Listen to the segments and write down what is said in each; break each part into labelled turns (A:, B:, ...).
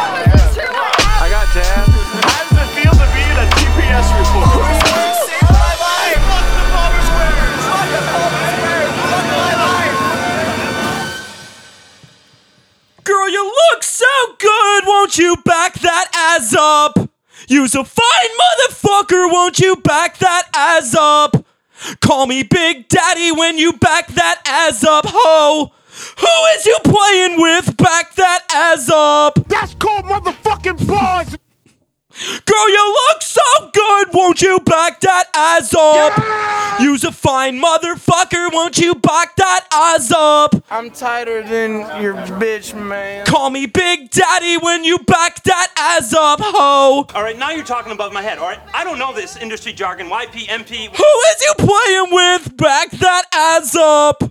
A: I got dad.
B: How does it feel to be in a GPS report?
C: Girl, you look so good, won't you back that ass up? You's a fine motherfucker, won't you back that ass up? Call me Big Daddy when you back that ass up, ho! Who is you playing with? Back that ass up!
D: That's called motherfucking bars.
C: Girl, you look so good, won't you back that ass up? You's a fine motherfucker, won't you back that ass up?
A: I'm tighter than your bitch, man.
C: Call me Big Daddy when you back that ass up, ho!
B: All right, now you're talking above my head. All right, I don't know this industry jargon. YP, MP.
C: Who is you playing with? Back that ass up.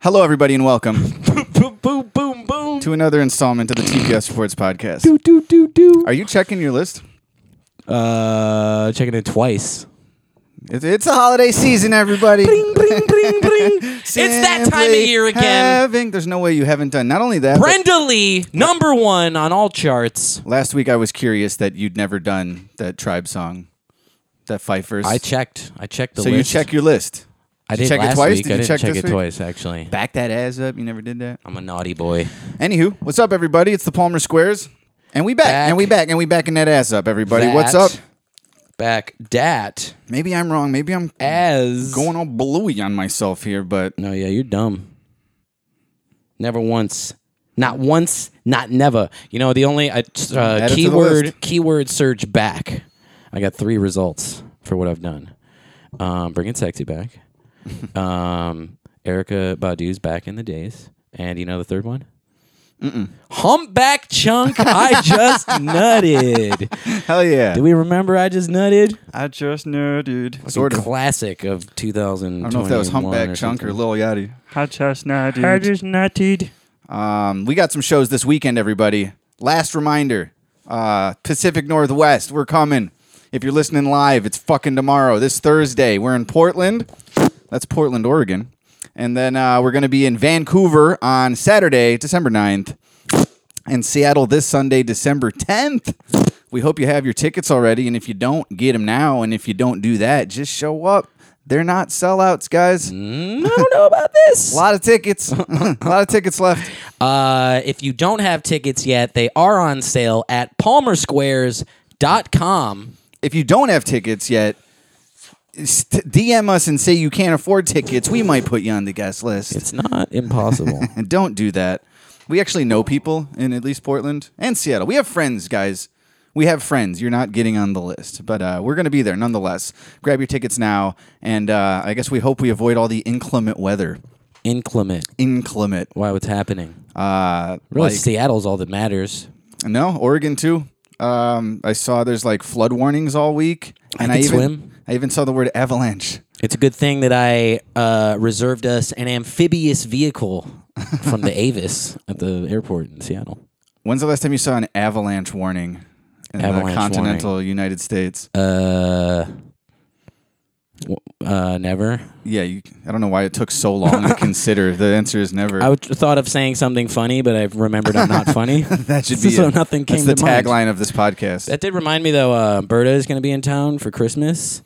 E: Hello, everybody, and welcome
C: Boom, boom, boom, boom.
E: to another installment of the TPS Sports Podcast.
C: Do, do, do.
E: Are you checking your list?
C: Uh, checking it twice.
E: It's, it's a holiday season, everybody.
C: bring, bring, bring. it's that time of
E: Simply
C: year again.
E: Having, there's no way you haven't done. Not only that, but
C: Brenda Lee, number one on all charts.
E: last week I was curious that you'd never done that tribe song, that Fifers.
C: I checked. I checked the
E: So you
C: list.
E: check your list.
C: I
E: did you
C: did
E: check it
C: last
E: twice?
C: Week.
E: Did
C: I
E: you
C: didn't
E: check
C: check
E: this
C: it
E: week?
C: twice, actually.
E: Back that ass up. You never did that.
C: I'm a naughty boy.
E: Anywho, what's up, everybody? It's the Palmer Squares, and we back,
C: Back.
E: and we back, and we backing that ass up, everybody. What's up?
C: That- Back dat
E: Maybe I'm wrong. Maybe I'm
C: as
E: going all bluey on myself here, but
C: No, yeah, you're dumb. Never once, not once, not never. You know, the only I,
E: it
C: uh,
E: to the
C: keyword
E: list.
C: keyword search back. I got three results for what I've done. Um, bringing sexy back. um, Erica Badu's back in the days, and you know the third one. Humpback chunk. I just nutted.
E: hell yeah.
C: Do we remember? I just nutted.
E: I just nerded. Sort of.
C: Classic of 2000.
E: I don't know if that was Humpback Chunk or Lil Yachty.
C: I just nutted.
E: Um, we got some shows this weekend, everybody. Last reminder uh, Pacific Northwest, we're coming. If you're listening live, it's fucking tomorrow, this Thursday. We're in Portland. That's Portland, Oregon. And then uh, we're going to be in Vancouver on Saturday, December 9th, and Seattle this Sunday, December 10th. We hope you have your tickets already. And if you don't, get them now. And if you don't do that, just show up. They're not sellouts, guys.
C: I don't know about this.
E: A lot of tickets. a lot of tickets left.
C: Uh, if you don't have tickets yet, they are on sale at palmersquares.com.
E: if you don't have tickets yet, st- DM us and say you can't afford tickets. We might put you on the guest list.
C: It's not impossible.
E: and don't do that. We actually know people in at least Portland and Seattle. We have friends, guys. We have friends. You're not getting on the list, but uh, we're going to be there nonetheless. Grab your tickets now, and uh, I guess we hope we avoid all the inclement weather.
C: Inclement.
E: Inclement.
C: Why what's happening?
E: Uh,
C: Really,
E: like-
C: Seattle's all that matters.
E: No, Oregon too. Um, I saw there's like flood warnings all week, and I,
C: could
E: even
C: swim.
E: I even saw the word avalanche.
C: It's a good thing that I uh, reserved us an amphibious vehicle from the Avis at the airport in Seattle.
E: When's the last time you saw an avalanche warning in
C: Avalanche
E: the continental United States?
C: Uh, w- uh, never.
E: yeah, you, I don't know why it took so long to consider. The answer is never.
C: I would- thought of saying something funny, but I remembered I'm not funny.
E: that should be
C: so
E: it.
C: nothing came
E: That's
C: to
E: the
C: mind.
E: tagline of this podcast.
C: That did remind me though. Uh, Berta is going to be in town for Christmas,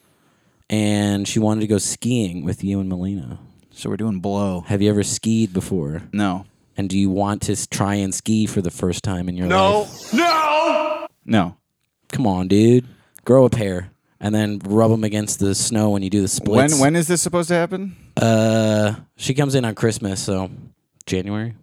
C: and she wanted to go skiing with you and Melina.
E: so we're doing blow.
C: Have you ever skied before?
E: No,
C: And do you want to s- try and ski for the first time in your life?
E: no.
C: Come on, dude. Grow a pair and then rub them against the snow when you do the
E: When
C: splits.
E: when is this supposed to happen?
C: Uh, she comes in on Christmas, so January,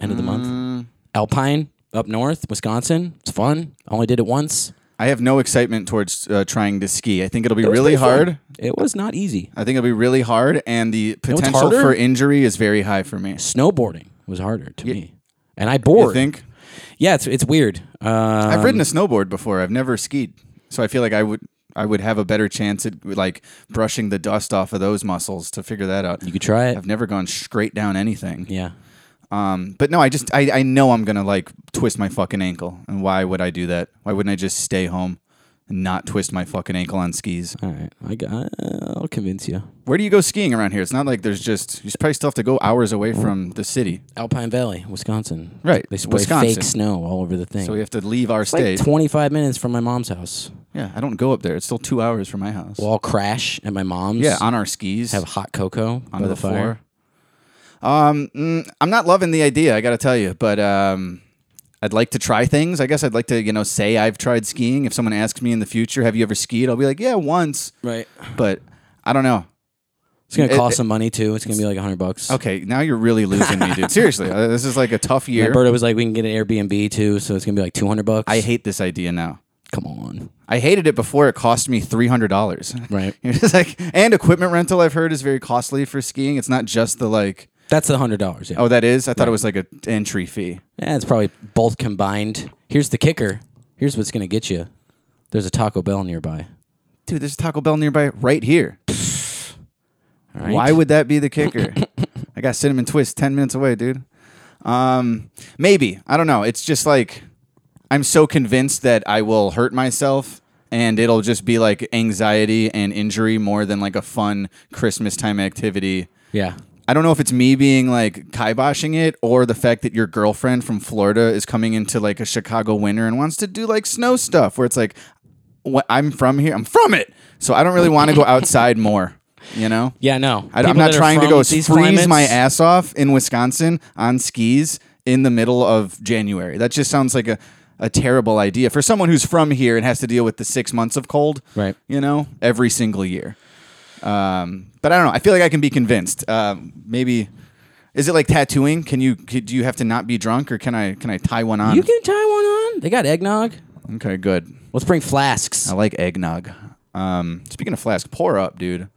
C: end of the
E: Mm.
C: month. Alpine up north, Wisconsin. It's fun. I only did it once.
E: I have no excitement towards uh, trying to ski. I think it'll be
C: It was
E: really
C: pretty fun.
E: hard.
C: It was not easy.
E: I think it'll be really hard, and the
C: what's
E: potential
C: harder?
E: for injury is very high for me.
C: snowboarding was harder to
E: Yeah.
C: me. And I bored.
E: You think?
C: Yeah, it's it's weird. Um,
E: I've ridden a snowboard before. I've never skied, so I feel like I would I would have a better chance at like brushing the dust off of those muscles to figure that out.
C: You could try it.
E: I've never gone straight down anything.
C: yeah.
E: Um, but no, I just I, I know I'm gonna like twist my fucking ankle, and why would I do that? Why wouldn't I just stay home and not twist my fucking ankle on skis?
C: All right, I got, I'll convince you.
E: Where do you go skiing around here? It's not like there's just you probably still have to go hours away from the city,
C: Alpine Valley, Wisconsin.
E: Right,
C: They spray
E: Wisconsin.
C: fake snow all over the thing.
E: so we have to leave our
C: like
E: state.
C: 25 minutes from my mom's house.
E: yeah, I don't go up there. It's still two hours from my house.
C: We'll all crash at my mom's.
E: yeah, on our skis,
C: have hot cocoa by
E: under
C: the, fire.
E: Um, mm, I'm not loving the idea. I got to tell you, but um, I'd like to try things. I guess I'd like to, you know, say I've tried skiing. If someone asks me in the future, "Have you ever skied?" I'll be like, "Yeah, once,"
C: Right.
E: but I don't know.
C: It's gonna
E: It-
C: cost
E: it-
C: some money too. It's gonna be like hundred bucks.
E: Okay, now you're really losing me, dude. Seriously, uh, this is like a tough
C: And
E: year.
C: Roberta was like, we can get an Airbnb too, so it's gonna be like two hundred bucks.
E: I hate this idea now.
C: Come on.
E: I hated it before it cost me three hundred dollars.
C: Right.
E: it's like, and equipment rental I've heard is very costly for skiing. It's not just the like.
C: That's the hundred dollars. Yeah.
E: Oh, that is. I thought it was like an entry fee.
C: Yeah, it's probably both combined. Here's the kicker. Here's what's gonna get you. There's a Taco Bell nearby.
E: Dude, there's a Taco Bell nearby right here.
C: All right.
E: Why would that be the kicker? I got cinnamon twist 10 minutes away, dude. Um, maybe. I don't know. It's just like I'm so convinced that I will hurt myself and it'll just be like anxiety and injury more than like a fun Christmas time activity.
C: Yeah.
E: I don't know if it's me being like kiboshing it or the fact that your girlfriend from Florida is coming into like a Chicago winter and wants to do like snow stuff where it's like, what, I'm from here. I'm from it. So I don't really want to go outside more, you know?
C: Yeah. No.
E: I,
C: People
E: I'm not
C: that are
E: trying to
C: from
E: go
C: these
E: freeze
C: climates-
E: my ass off in Wisconsin on skis in the middle of January. That just sounds like a, a terrible idea for someone who's from here and has to deal with the six months of cold,
C: Right.
E: You know, every single year. Um, but I don't know. I feel like I can be convinced. Um, maybe is it like tattooing? Can you could, do you have to not be drunk, or can I can I tie one on?
C: You can tie one on. They got eggnog.
E: okay, good.
C: Let's bring flasks.
E: I like eggnog. Um, speaking of flask, pour up, dude.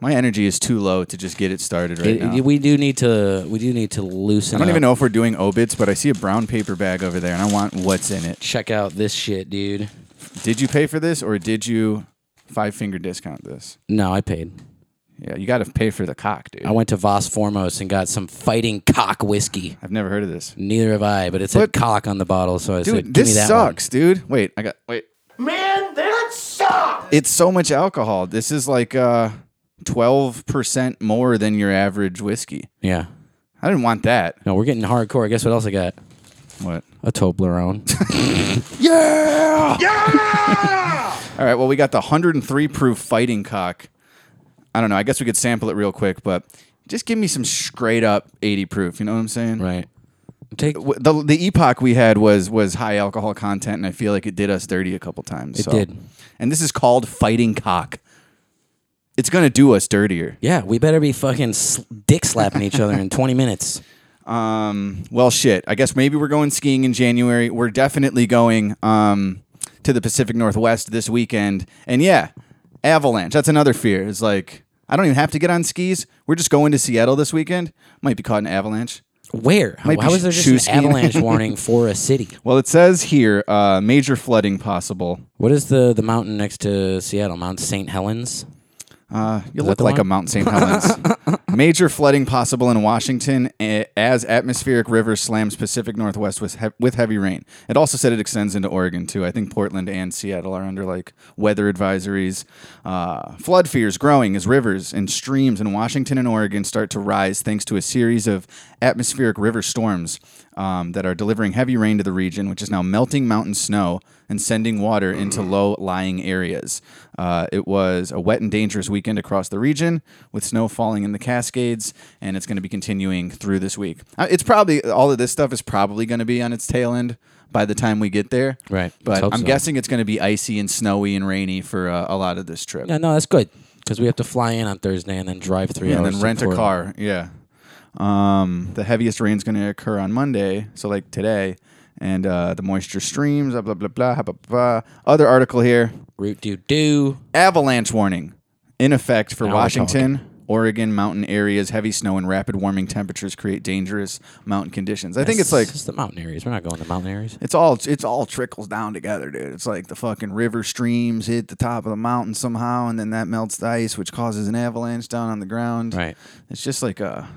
E: My energy is too low to just get it started right
C: It-
E: now.
C: it- we do need to. We do need to loosen.
E: I don't
C: up.
E: even know if we're doing obits, but I see a brown paper bag over there, and I want what's in it.
C: Check out this shit, dude.
E: Did you pay for this, or did you five finger discount this?
C: No, I paid.
E: Yeah, you got to pay for the cock, dude.
C: I went to Voss Formos and got some fighting cock whiskey.
E: I've never heard of this,
C: Neither have I, but it said
E: But-
C: cock on the bottle, so I said,
E: dude.
C: "Give me
E: This
C: that
E: sucks, dude. Wait, I got wait. Man, that sucks. It's so much alcohol. This is like uh twelve percent more than your average whiskey.
C: One. Yeah.
E: I didn't want that.
C: No, we're getting hardcore. Guess what else I got?
E: What?
C: A Toblerone.
E: Yeah! Yeah! All right, well, we got the 103 proof fighting cock. I don't know. I guess we could sample it real quick, but just give me some straight up 80 proof. You know what I'm saying?
C: right. Take
E: W- The, the epoch we had was was high alcohol content, and I feel like it did us dirty a couple times.
C: It
E: so-
C: did.
E: And this is called fighting cock. It's going to do us dirtier.
C: Yeah, we better be fucking sl- dick slapping each other in 20 minutes.
E: Um, well, shit. I guess maybe we're going skiing in January. We're definitely going um, to the Pacific Northwest this weekend. And yeah, avalanche. That's another fear. It's like I don't even have to get on skis. We're just going to Seattle this weekend. Might be caught in avalanche.
C: Where?
E: Might
C: How
E: be
C: is there just
E: shoe
C: an
E: skiing.
C: avalanche warning for a city?
E: Well, it says here uh, major flooding possible.
C: What is the, the mountain next to Seattle? Mount St. Helens?
E: You
C: that
E: look
C: the
E: like
C: one?
E: a Mount St. Helens. Major flooding possible in Washington eh, as atmospheric river slams Pacific Northwest with he- with heavy rain. It also said it extends into Oregon too. I think Portland and Seattle are under like weather advisories. Uh, flood fears growing as rivers and streams in Washington and Oregon start to rise thanks to a series of atmospheric river storms um, that are delivering heavy rain to the region, which is now melting mountain snow and sending water into
C: Mm.
E: low lying areas. Uh, it was a wet and dangerous weekend across the region with snow falling in the Cascades, and it's going to be continuing through this week. Uh, It's probably all of this stuff is probably going to be on its tail end by the time we get there.
C: Right. Let's
E: But
C: hope
E: I'm
C: so.
E: guessing it's going to be icy and snowy and rainy for uh, a lot of this trip.
C: Yeah, no, that's good. Because we have to fly in on Thursday and then drive three
E: Yeah, and
C: hours.
E: then
C: to
E: rent a
C: Florida.
E: car. Yeah. Um, the heaviest rain's going to occur on Monday, so like today, and uh, the moisture streams. Blah blah blah blah blah. blah. Other article here:
C: Route do do.
E: avalanche warning in effect for
C: Now we're
E: Washington, Oregon mountain areas. Heavy snow and rapid warming temperatures create dangerous mountain conditions. I think it's like
C: It's just the mountain areas. We're not going to mountain areas.
E: it's all it's all trickles down together, dude. It's like the fucking river streams hit the top of the mountain somehow, and then that melts the ice, which causes an avalanche down on the ground.
C: Right.
E: It's just like a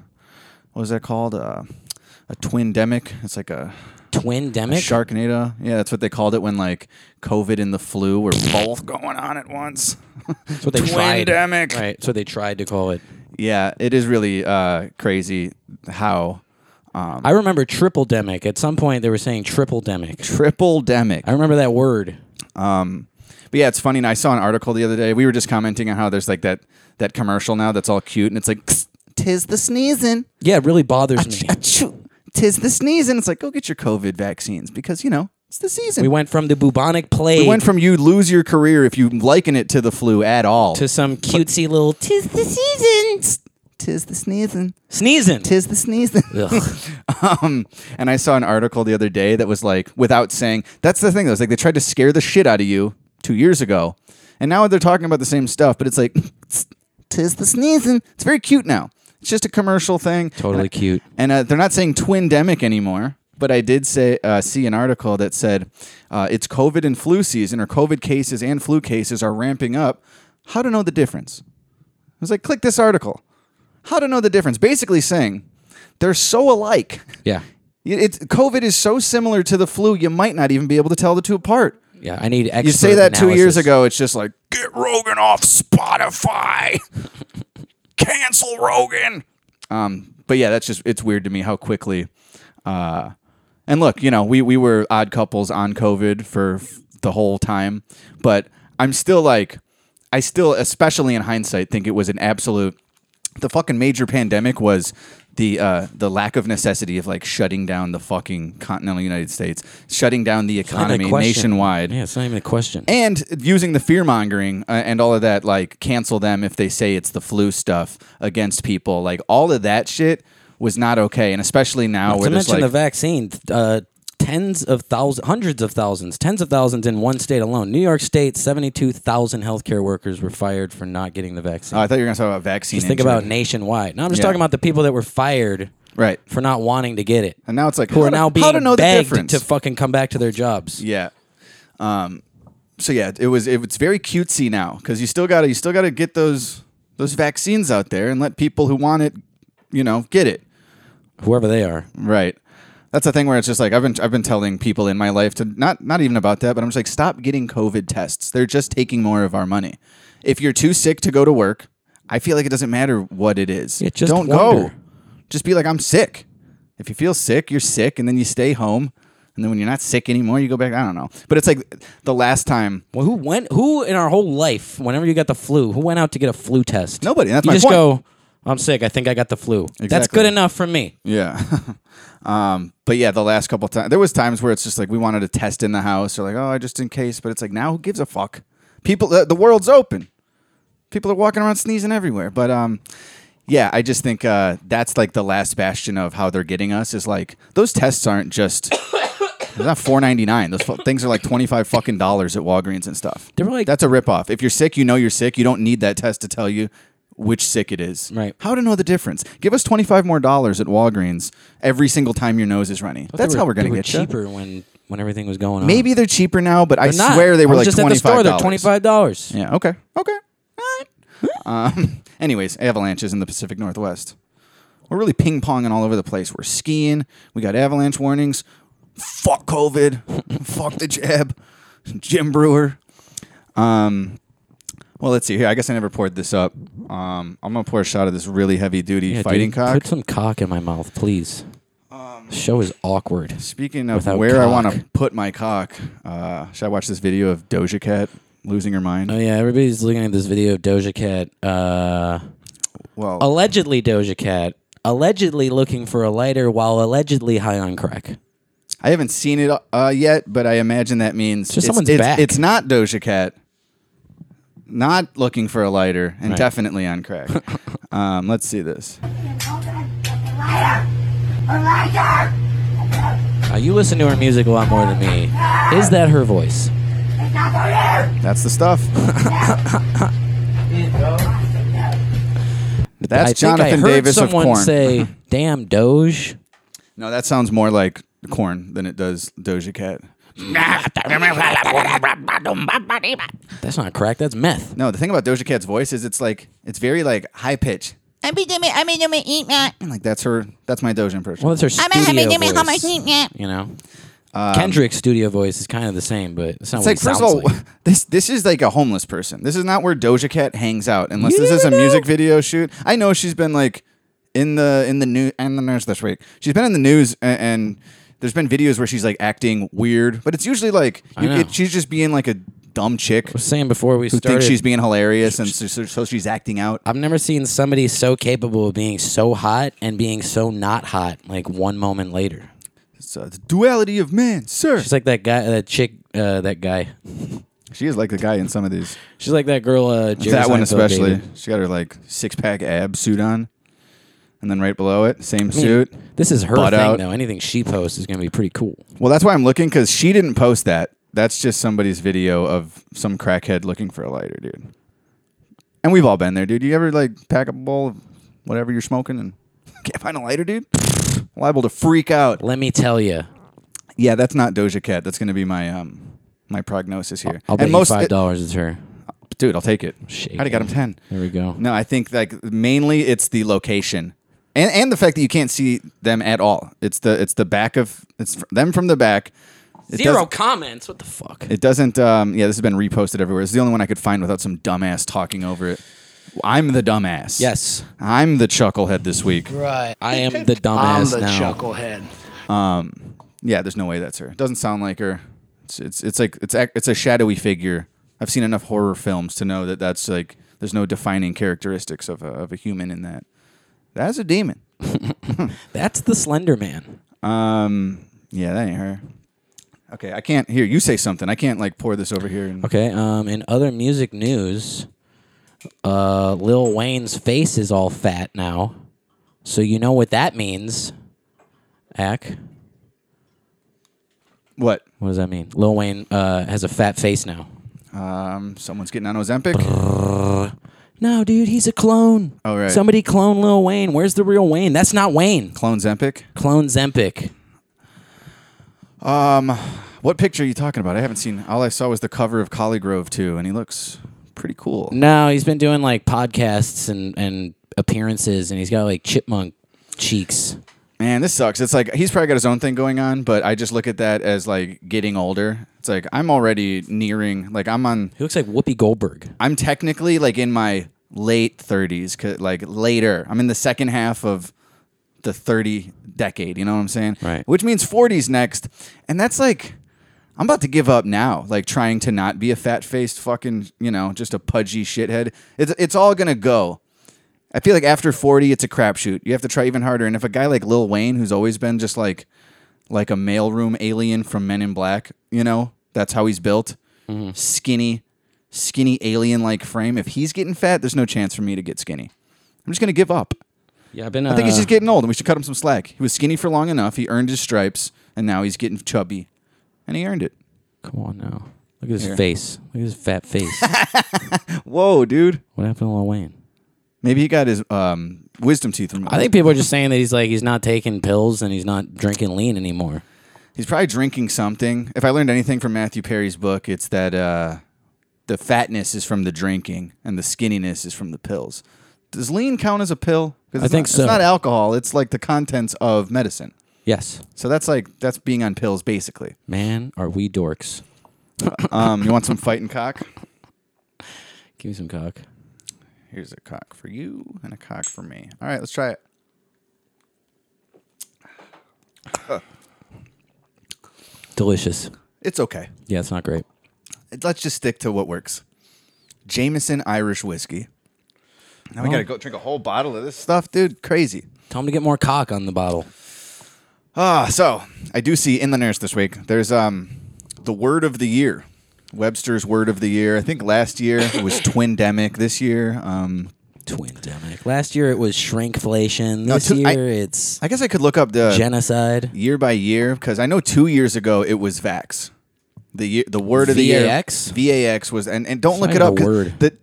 E: what is that called? Uh, a twin demic. It's like a
C: Twin demic.
E: Sharknado. Yeah, that's what they called it when like COVID and the flu were both going on at once.
C: That's what they tried.
E: Twindemic.
C: Right. That's what they tried to call it.
E: yeah, it is really uh, crazy how Um,
C: I remember triple demic. At some point, they were saying triple demic.
E: triple demic.
C: I remember that word.
E: But yeah, it's funny. And I saw an article the other day. We were just commenting on how there's like that that commercial now that's all cute, and it's like, "Kss, tis the sneezing,
C: Yeah, it really bothers me.
E: Achoo. tis the sneezing. It's like, go get your COVID vaccines because you know it's the season.
C: We went from the bubonic plague
E: We went from you lose your career if you liken it to the flu at all.
C: to some cutesy little tis the season
E: tis the sneezing,
C: sneezing.
E: tis the sneezing.
C: Ugh.
E: um, and I saw an article the other day that was like, without saying, that's the thing. That was like, they tried to scare the shit out of you two years ago, and now they're talking about the same stuff, but it's like, tis the sneezing. It's very cute now. It's just a commercial thing.
C: Totally
E: And-
C: cute.
E: And uh, they're not saying twindemic anymore. But I did say uh, see an article that said uh, it's COVID and flu season, or COVID cases and flu cases are ramping up. How to know the difference? I was like, click this article. How to know the difference? Basically saying they're so alike.
C: yeah.
E: Y- It's COVID is so similar to the flu, you might not even be able to tell the two apart.
C: Yeah. I need expert
E: You say that two years
C: analysis.
E: ago, it's just like get Rogan off Spotify, cancel Rogan. Um, but yeah, that's just it's weird to me how quickly. Uh, and look, you know, we we were odd couples on COVID for f- the whole time, but I'm still like, I still, especially in hindsight, think it was an absolute. The fucking major pandemic was the uh, the lack of necessity of like shutting down the fucking continental United States, shutting down the
C: Not a
E: economy
C: question.
E: nationwide
C: Yeah, it's not even a question.
E: and using the fear mongering uh, and all of that like cancel them if they say it's the flu stuff against people like all of that shit was not okay and especially now
C: Not
E: where
C: to
E: there's
C: mention
E: like
C: the vaccine, th- uh, tens of thousands, hundreds of thousands, tens of thousands in one state alone. New York State, 72,000 healthcare workers were fired for not getting the vaccine.
E: oh, I thought you were gonna talk about vaccine
C: just think
E: injury.
C: about nationwide. No, I'm just
E: Yeah.
C: talking about the people that were fired
E: right
C: for not wanting to get it.
E: and now it's like
C: who
E: how
C: are
E: to-
C: now being
E: how to know the
C: begged
E: difference
C: to fucking come back to their jobs.
E: Yeah. Um. So yeah, it was it, it's very cutesy now because you still gotta you still gotta get those those vaccines out there and let people who want it, you know, get it.
C: Whoever they are.
E: Right. That's the thing where it's just like I've been I've been telling people in my life to not not even about that, but I'm just like stop getting COVID tests. They're just taking more of our money. If you're too sick to go to work, I feel like it doesn't matter what it is.
C: Yeah, just
E: Don't
C: wonder.
E: go. Just be like I'm sick. If you feel sick, you're sick, and then you stay home, and then when you're not sick anymore, you go back. I don't know, but it's like the last time
C: Well, who went? Who in our whole life, whenever you got the flu, who went out to get a flu test?
E: Nobody, that's
C: you
E: my
C: just
E: point.
C: go. I'm sick. I think I got the flu. That's
E: Exactly.
C: good enough for me.
E: Yeah. um, but yeah, the last couple times there was times where it's just like we wanted to test in the house or like, oh, just in case, but it's like now who gives a fuck? People the, the world's open. People are walking around sneezing everywhere. But um yeah, I just think uh, that's like the last bastion of how they're getting us is like those tests aren't just it's not four ninety nine. Those fu- things are like twenty five fucking dollars at Walgreens and stuff.
C: They were like-
E: that's a ripoff. If you're sick, you know you're sick. You don't need that test to tell you which sick it is.
C: Right.
E: How to know the difference? Give us twenty five more dollars at Walgreens every single time your nose is runny. That's
C: They
E: how we're gonna
C: they were
E: get you.
C: cheaper when when everything was going on.
E: Maybe they're cheaper now, but I
C: They're not.
E: swear they were
C: I was
E: like
C: just
E: twenty
C: at the store.
E: five.
C: They're twenty five dollars.
E: Yeah. Okay. Okay. All right. um, anyways, avalanches in the Pacific Northwest. We're really ping ponging all over the place. We're skiing. We got avalanche warnings. Fuck COVID. Fuck the jab. Jim Brewer. Um, well, let's see here. I guess I never poured this up. Um, I'm gonna pour a shot of this really heavy duty fighting cock.
C: Put some cock in my mouth, please. the show is awkward.
E: Speaking of
C: without
E: where I want
C: cock.
E: to put my cock, uh, should I watch this video of Doja Cat losing her mind?
C: Oh yeah, everybody's looking at this video of Doja Cat. Uh,
E: Well,
C: allegedly Doja Cat, allegedly looking for a lighter while allegedly high on crack.
E: I haven't seen it uh, yet, but I imagine that means
C: just
E: it's,
C: someone's
E: it's,
C: back.
E: it's not Doja Cat, not looking for a lighter, and
C: Right.
E: definitely on crack. um, let's see this.
C: Uh, you listen to her music a lot more than me. Is that her voice?
E: That's the stuff. That's
C: I
E: Jonathan
C: think I heard
E: Davis
C: someone
E: of Corn.
C: say, "Damn Doge."
E: no, that sounds more like Corn than it does Doja Cat.
C: That's not crack. That's meth.
E: No, the thing about Doja Cat's voice is it's like it's very like high pitch.
F: I be doing, I be doing, eat that.
E: And like that's her. That's my Doja impression.
C: Well, it's her
F: I'm a happy
C: studio
F: dimmy, how much
C: voice.
F: meat, yeah.
C: You know, Kendrick's studio voice is kind of the same, but it's not.
E: Um, It's
C: what
E: like
C: he
E: first of all,
C: Oh, sounds like.
E: this this is like a homeless person. This is not where Doja Cat hangs out unless this is a music video shoot. I know she's been like in the in the news and the news this week. She's been in the news and. and there's been videos where she's like acting weird, but it's usually like you,
C: know.
E: it, she's just being like a dumb chick
C: I was saying before we
E: who
C: started,
E: thinks she's being hilarious, and so, so- so she's acting out.
C: I've never seen somebody so capable of being so hot and being so not hot. Like one moment later,
E: It's uh, the duality of man, sir.
C: she's like that guy, that chick, uh, that guy.
E: she is like the guy in some of these.
C: She's like that girl. Uh, Jerry
E: that one
C: Seinfeld
E: especially.
C: dated.
E: She got her like six pack ab suit on, and then right below it, same
C: I mean,
E: suit.
C: This is her
E: butt
C: thing,
E: out.
C: though. Anything she posts is gonna be pretty cool.
E: Well, that's why I'm looking because she didn't post that. That's just somebody's video of some crackhead looking for a lighter, dude. And we've all been there, dude. You ever like pack up a bowl of whatever you're smoking and can't find a lighter, dude? Liable to freak out.
C: Let me tell you,
E: Yeah, that's not Doja Cat. That's gonna be my um my prognosis here.
C: I'll bet
E: and
C: you
E: most
C: five dollars it's her.
E: dude, I'll take it.
C: Shake
E: I got him
C: it.
E: ten.
C: There we go.
E: No, I think like mainly it's the location. And, and the fact that you can't see them at all. It's the it's the back of it's f- them from the back. It
C: Zero
E: doesn't-
C: comments. What the fuck?
E: It doesn't. Um, yeah, this has been reposted everywhere. It's the only one I could find without some dumbass talking over it. I'm the dumbass.
C: yes,
E: I'm the chucklehead this week.
C: I am the dumbass now.
G: chucklehead.
E: Yeah, there's no way that's her. It doesn't sound like her. It's it's it's like it's ac- it's a shadowy figure. I've seen enough horror films to know that that's like there's no defining characteristics of a, of a human in that. That's a demon.
C: That's the Slender Man.
E: Yeah, that ain't her. Okay, I can't hear you say something. I can't like pour this over here. And,
C: Okay. Um, in other music news, uh, Lil Wayne's face is all fat now, so you know what that means. Ack,
E: What?
C: what does that mean? Lil Wayne uh, has a fat face now.
E: Um, Someone's getting on Ozempic.
C: No, dude, he's a clone.
E: Oh, right.
C: Somebody clone Lil Wayne. Where's the real Wayne? That's not Wayne.
E: Clone Zempic.
C: Clone Zempic.
E: What picture are you talking about? I haven't seen. All I saw was the cover of Collie Grove 2, and he looks pretty cool.
C: No, he's been doing like podcasts and and appearances, and he's got like chipmunk cheeks.
E: Man, this sucks. It's like he's probably got his own thing going on, but I just look at that as like getting older. It's like I'm already nearing, like I'm on,
C: He looks like Whoopi Goldberg.
E: I'm technically like in my late 30s, 'cause, like later. I'm in the second half of the 30 decade, you know what I'm saying?
C: Right.
E: Which means 40s next. And that's like, I'm about to give up now, like trying to not be a fat faced fucking, you know, just a pudgy shithead. It's, it's all going to go. I feel like after 40, it's a crapshoot. You have to try even harder. And if a guy like Lil Wayne, who's always been just like, like a mailroom alien from Men in Black, you know, that's how he's built, skinny, skinny alien like frame. If he's getting fat, there's no chance for me to get skinny. I'm just going to give up.
C: Yeah, I've been. uh,
E: I think he's just getting old, and we should cut him some slack. He was skinny for long enough. He earned his stripes, and now he's getting chubby, and he earned it.
C: Come on now. Look at his face. Look at his fat face.
E: Whoa, dude!
C: what happened to Lil Wayne?
E: Maybe he got his um, wisdom teeth removed.
C: I think people are just saying that he's like he's not taking pills and he's not drinking lean anymore.
E: he's probably drinking something. If I learned anything from Matthew Perry's book, it's that uh, the fatness is from the drinking, and the skinniness is from the pills. Does lean count as a pill? 'Cause
C: I
E: it's
C: think
E: not-
C: so.
E: It's not alcohol. It's like the contents of medicine.
C: Yes.
E: So that's like that's being on pills, basically.
C: Man, are we dorks?
E: Um, you want some fighting cock?
C: Give me some cock.
E: Here's a cock for you and a cock for me. All right, let's try it.
C: Delicious.
E: It's okay.
C: Yeah, it's not great.
E: Let's just stick to what works. Jameson Irish whiskey. Now we gotta go drink a whole bottle of this stuff, dude. Crazy.
C: Tell him to get more cock on the bottle.
E: Ah, so I do see in the nurse this week. There's um the word of the year, Webster's word of the year. I think last year it was twindemic. This year, um,
C: Twindemic. Last year it was shrinkflation.
E: No,
C: This
E: two- I-
C: year it's
E: I guess I could look up the
C: genocide.
E: year by year because I know two years ago it was vax. The year, the word of the year,
C: VAX?
E: VAX was, and, and don't look
C: not
E: it
C: even
E: up.
C: a
E: 'cause
C: word.
E: The,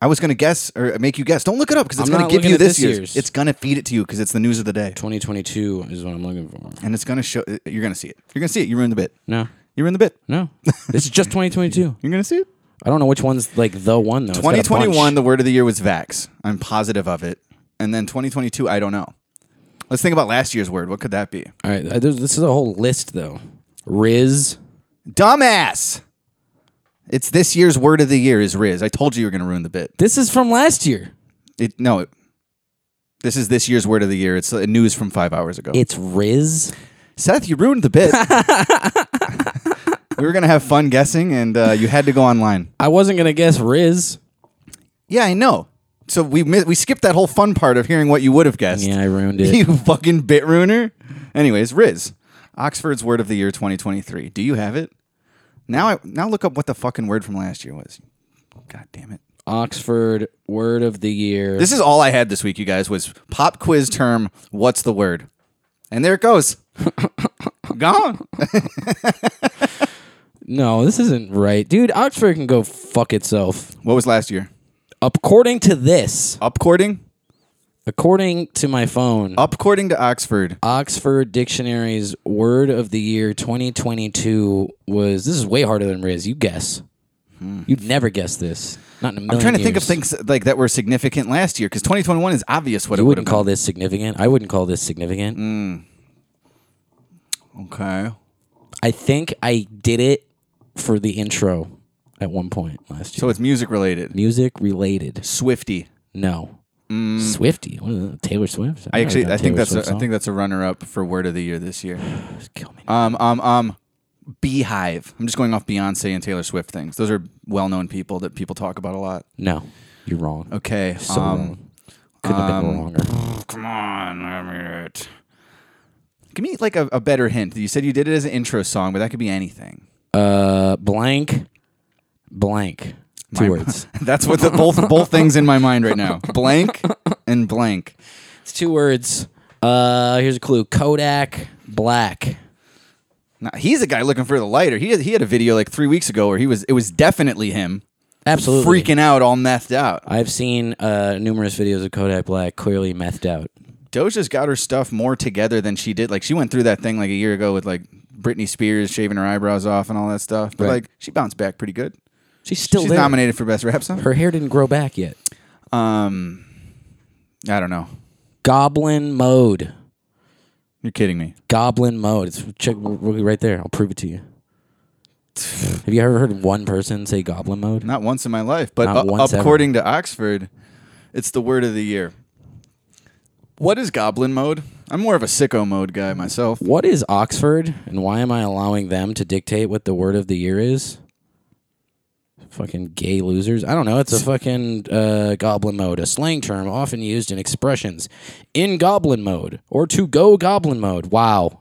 E: I was gonna guess or make you guess. Don't look it up because it's
C: I'm
E: gonna
C: not
E: give
C: looking
E: you
C: at
E: this,
C: this
E: year's.
C: year's.
E: It's gonna feed it to you because it's the news of the day,
C: 2022 is what I'm looking for.
E: and it's gonna show. uh, You're gonna see it. You're gonna see it. You ruined the bit.
C: No.
E: You ruined the bit.
C: No. this is just 2022.
E: You're gonna see it.
C: I don't know which one's like the one though. It's got a bunch.
E: 2021. The word of the year was vax. I'm positive of it. and then 2022, I don't know. Let's think about last year's word. What could that be?
C: All right, uh, there's- this is a whole list though. Riz.
E: Dumbass. It's this year's word of the year is Riz. I told you you were going to ruin the bit.
C: This is from last year.
E: It, no, it, this is this year's word of the year. It's uh, news from five hours ago.
C: It's Riz.
E: Seth, you ruined the bit. we were going to have fun guessing, and uh, you had to go online.
C: I wasn't gonna guess Riz.
E: Yeah, I know. So we mi- we skipped that whole fun part of hearing what you would have guessed.
C: Yeah, I ruined it.
E: you fucking bit ruiner. Anyways, Riz, Oxford's word of the year 2023. Do you have it? Now I now look up what the fucking word from last year was. God damn it.
C: Oxford Word of the Year.
E: This is all I had this week, you guys, was pop quiz term, what's the word? And there it goes. Gone.
C: no, this isn't right, dude. Oxford can go fuck itself.
E: What was last year?
C: According to this,
E: Upcording?
C: according to my phone,
E: Upcording to Oxford.
C: Oxford Dictionary's Word of the Year 2022 was. This is way harder than Riz. You guess. You'd never guess this. Not in a million.
E: Hmm. I'm trying to think of
C: years.
E: things like that were significant last year because 2021 is obvious what
C: You
E: it would have
C: wouldn't call this significant. I wouldn't call this significant.
E: Okay.
C: I think I did it for the intro at one point last year.
E: So it's music related.
C: music related.
E: Swifty.
C: No. Swifty. What is that? Taylor Swift?
E: Mm. I actually I think that's a, I
C: I
E: think that's a runner up for word of the year this year.
C: that's kill me.
E: Um um um Beehive. I'm just going off Beyonce and Taylor Swift things. Those are well known people that people talk about a lot.
C: No, you're wrong.
E: Okay.
C: So
E: um
C: wrong. Couldn't have been
E: um,
C: longer.
E: come on, let me it. Give me like a, a better hint. You said you did it as an intro song, but that could be anything.
C: Uh, blank, blank. Two words.
E: That's what the both both things in my mind right now. Blank and blank.
C: It's two words. Uh, here's a clue. Kodak Black.
E: Now, he's a guy looking for the lighter. He had, he had a video like three weeks ago where he was it was definitely him
C: Absolutely.
E: freaking out all methed out.
C: I've seen uh, numerous videos of Kodak Black clearly methed out.
E: Doja's got her stuff more together than she did. Like she went through that thing like a year ago with like Britney Spears shaving her eyebrows off and all that stuff. But
C: Right.
E: like she bounced back pretty good.
C: She's still
E: She's
C: there.
E: nominated for best rap song.
C: Her hair didn't grow back yet.
E: Um, I don't know.
C: Goblin mode.
E: You're kidding me.
C: Goblin mode. It's check we'll be right there. I'll prove it to you. Have you ever heard one person say goblin mode?
E: Not once in my life. But
C: Not
E: uh,
C: once ever.
E: according to Oxford, it's the word of the year. What is goblin mode? I'm more of a sicko mode guy myself.
C: What is Oxford and why am I allowing them to dictate what the word of the year is? Fucking gay losers. I don't know. It's a fucking uh, goblin mode, a slang term often used in expressions in goblin mode or to go goblin mode. Wow.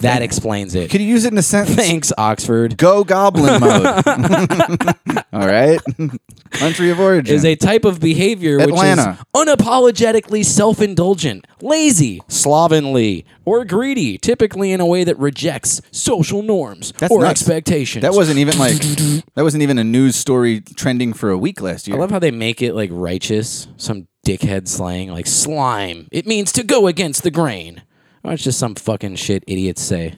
C: That explains it.
E: Could you use it in a sentence?
C: Thanks, Oxford.
E: Go goblin mode. all right. Country of origin.
C: is a type of behavior
E: Atlanta.
C: which is unapologetically self-indulgent, lazy, slovenly, or greedy, typically in a way that rejects social norms
E: That's
C: or
E: nuts.
C: expectations.
E: That wasn't even like that wasn't even a news story trending for a week last year.
C: I love how they make it like righteous, some dickhead slang like slime. It means to go against the grain. Or it's just some fucking shit idiots say.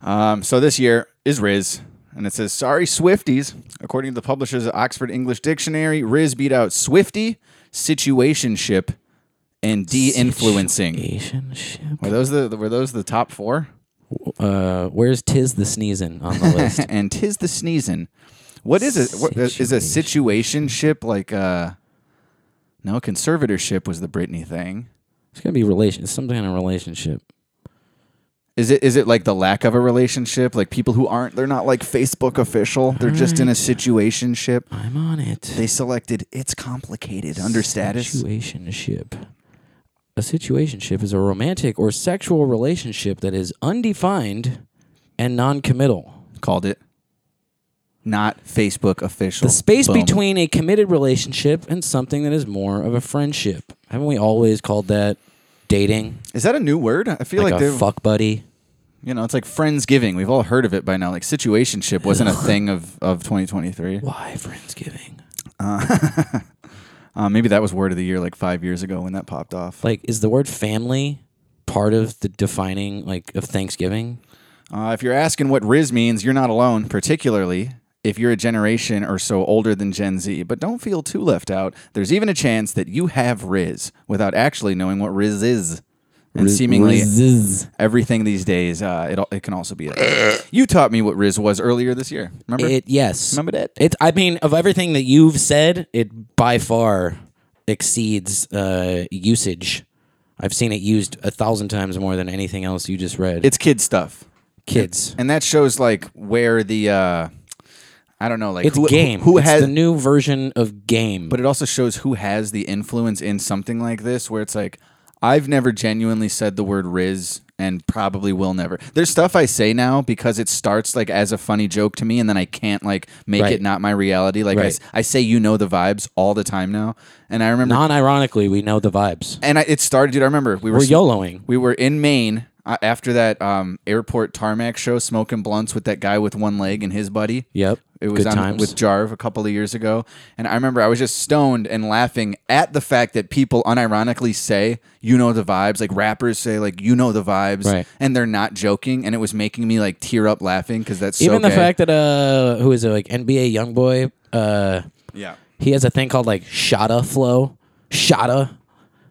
E: um, so this year is Riz, and it says sorry Swifties. According to the publishers of Oxford English Dictionary, Riz beat out Swifty, situationship, and de-influencing.
C: Asian shit.
E: Were those the were those the top four?
C: Uh, where's tis the sneezing on the list?
E: and tis the sneezing. What is it? What, is a situationship like? Uh, no, conservatorship was the Britney thing.
C: It's gonna be relation. It's some kind of relationship.
E: Is it is it like the lack of a relationship? Like people who aren't they're not like Facebook official. They're just in a situationship.
C: I'm on it.
E: They selected it's complicated under status.
C: Situationship. A situationship is a romantic or sexual relationship that is undefined and non-committal.
E: Called it. Not Facebook official.
C: The space
E: Boom.
C: between a committed relationship and something that is more of a friendship. Haven't we always called that dating?
E: Is that a new word? I feel
C: Like,
E: like,
C: a
E: they're
C: fuck buddy.
E: you know, it's like Friendsgiving. We've all heard of it by now. Like situationship wasn't a thing of, of twenty twenty three.
C: Why friendsgiving?
E: Uh, maybe that was word of the year like five years ago when that popped off.
C: Like, is the word family part of the defining like of Thanksgiving?
E: Uh, if you're asking what Riz means, you're not alone, particularly if you're a generation or so older than Gen Z, but don't feel too left out. There's even a chance that you have Riz without actually knowing what Riz is. And seemingly
C: Zzz.
E: everything these days, uh, it, al- it can also be. A, you taught me what Riz was earlier this year. Remember?
C: It yes.
E: Remember that?
C: It. I mean, of everything that you've said, it by far exceeds uh, usage. I've seen it used a thousand times more than anything else you just read.
E: it's kid stuff.
C: kids.
E: and that shows like where the uh I don't know like
C: It's
E: who,
C: game.
E: who, who
C: It's
E: has
C: the new version of game?
E: but it also shows who has the influence in something like this where it's like I've never genuinely said the word riz and probably will never. There's stuff I say now because it starts like as a funny joke to me and then I can't like make
C: Right.
E: it not my reality. Like I s
C: Right.
E: I I, say you know the vibes all the time now and I remember
C: non-ironically, we know the vibes.
E: and I, it started, dude. I remember we were,
C: We're
E: sm-
C: YOLOing.
E: We were in Maine uh, after that um, airport tarmac show, smoking blunts with that guy with one leg and his buddy.
C: Yep.
E: it was
C: Good
E: on,
C: times.
E: with Jarve a couple of years ago, and I remember I was just stoned and laughing at the fact that people unironically say, "You know the vibes," like rappers say, "Like you know the vibes,"
C: Right.
E: and they're not joking, and it was making me like tear up laughing because that's so
C: Even the
E: gay.
C: fact that uh, who is it? Like NBA YoungBoy. Uh,
E: yeah.
C: he has a thing called like Shada Flow. Shada.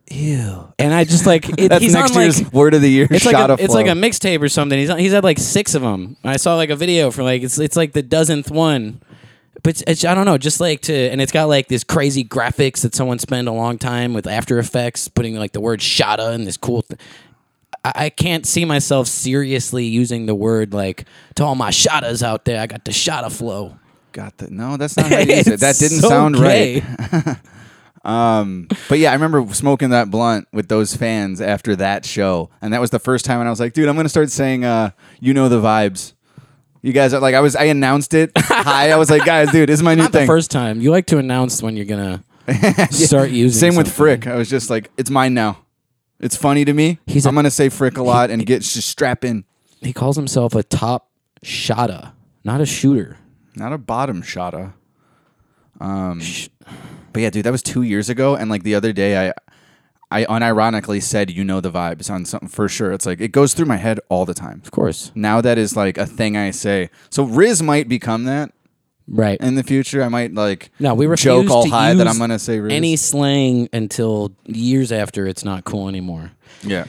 C: Ew. And I just like it,
E: That's
C: he's
E: next
C: on like.
E: year's word of the year.
C: It's
E: shot
C: like, a,
E: of
C: it's like a
E: flow.
C: mixtape or something. He's on, he's had like six of them. I saw like a video for like it's it's like the dozenth one, but it's, it's- I don't know. Just like to and it's got like this crazy graphics that someone spent a long time with After Effects putting like the word "shada" and this cool. Th- I, I can't see myself seriously using the word like to all my shadas out there. I got the shada flow.
E: Got the no. That's not how you use it. That
C: It's
E: didn't
C: so
E: sound
C: gay.
E: right. But yeah, I remember smoking that blunt with those fans after that show, and that was the first time. And I was like, dude, I'm gonna start saying, uh, you know the vibes. You guys are like, I was, I announced it. Hi, I was like, guys, dude, this is my new
C: Not
E: thing.
C: the first time. You like to announce when you're gonna start using.
E: Same with
C: something.
E: Frick. I was just like, it's mine now. It's funny to me.
C: He's
E: I'm
C: a-
E: gonna say Frick a lot and get just strap in.
C: He calls himself a top shotta, not a shooter.
E: Not a bottom shotta. Um, but yeah, dude, that was two years ago, and like the other day, I, I unironically said, you know the vibes on something for sure. It's like it goes through my head all the time.
C: Of course.
E: Now that is like a thing I say. So Riz might become that
C: Right.
E: in the future. I might like
C: no, we refuse
E: joke all
C: to
E: high
C: use
E: that I'm gonna say Riz.
C: any slang until years after it's not cool anymore.
E: yeah,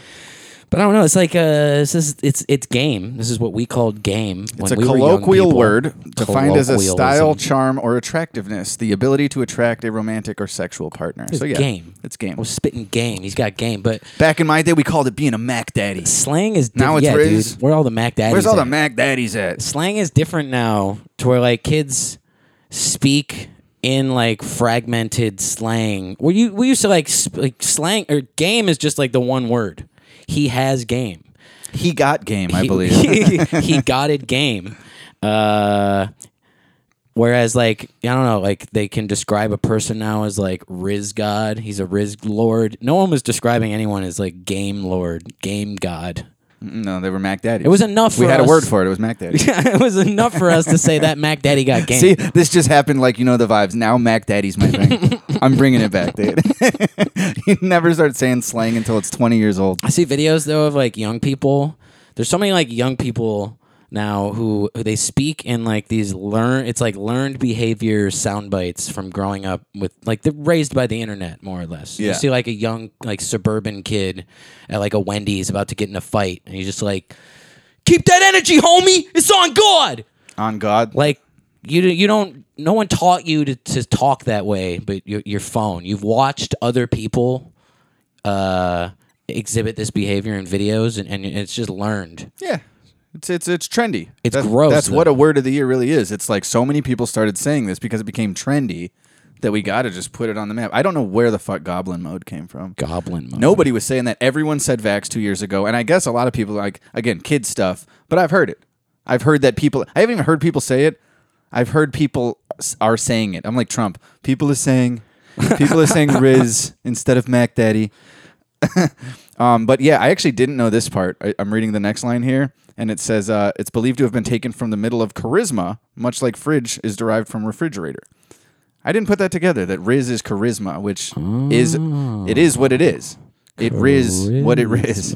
C: But I don't know. It's like uh, this is it's it's game. This is what we called game.
E: it's a colloquial word defined as a style, charm, or attractiveness, the ability to attract a romantic or sexual partner. so yeah,
C: game.
E: It's game.
C: We're spitting game. He's got game, but
E: Back in my day, we called it being a Mac Daddy.
C: slang is diff-
E: Now it's
C: yeah,
E: Riz.
C: dude. Where all the Mac Daddies?
E: Where's all the
C: at?
E: Mac Daddies at?
C: slang is different now to where like kids speak in like fragmented slang where you we used to like, sp- like slang or game is just like the one word he has game
E: He got game, I
C: he,
E: believe.
C: he, got it game uh whereas like i don't know like they can describe a person now as like riz god he's a riz lord no one was describing anyone as like game lord game god
E: no, they were Mac Daddies.
C: It was enough
E: We
C: for
E: had a
C: us.
E: word for it. It was Mac Daddy.
C: it was enough for us to say that mac daddy got game
E: See, this just happened like you know the vibes. Now Mac Daddy's my thing. I'm bringing it back, dude. you never start saying slang until it's 20 years old.
C: I see videos though of like young people. There's so many like young people now who, who they speak in like these learn it's like learned behavior sound bites from growing up with like they're raised by the internet more or less.
E: Yeah.
C: You see like a young like suburban kid at like a Wendy's about to get in a fight and he's just like keep that energy homie it's on god
E: On God,
C: like you d- you don't no one taught you to, to talk that way but your, your phone you've watched other people uh exhibit this behavior in videos and, and it's just learned
E: yeah, it's it's it's trendy.
C: It's
E: that's,
C: gross,
E: That's what
C: though.
E: a word of the year really is. It's like so many people started saying this because it became trendy that we got to just put it on the map. I don't know where the fuck Goblin Mode came from.
C: goblin mode
E: Nobody was saying that. Everyone said vax two years ago, and I guess a lot of people like again kid stuff. But I've heard it. I've heard that people. I haven't even heard people say it. I've heard people s- are saying it. I'm like Trump. People are saying. People are saying Riz instead of Mac Daddy. Um, but yeah, I actually didn't know this part. I, I'm reading the next line here, and it says uh, it's believed to have been taken from the middle of charisma, much like fridge is derived from refrigerator. I didn't put that together. That Riz is charisma,
C: Ah.
E: which is it is what it is. It Riz what it Riz.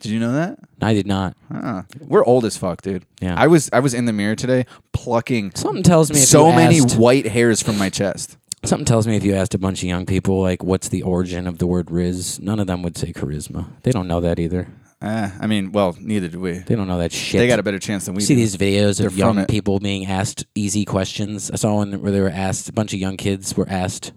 E: Did you know that?
C: I did not.
E: Huh. We're old as fuck, dude.
C: Yeah.
E: I was I was in the mirror today plucking
C: Something tells me if
E: so
C: you
E: many
C: asked-
E: white hairs from my chest.
C: Something tells me if you asked a bunch of young people, like, what's the origin of the word Riz, none of them would say charisma. They don't know that either.
E: Uh, I mean, well, neither do we.
C: They don't know that shit.
E: They got a better chance than we
C: See
E: do.
C: these videos
E: They're
C: of
E: from
C: young
E: it.
C: people being asked easy questions. I saw one where they were asked, a bunch of young kids were asked,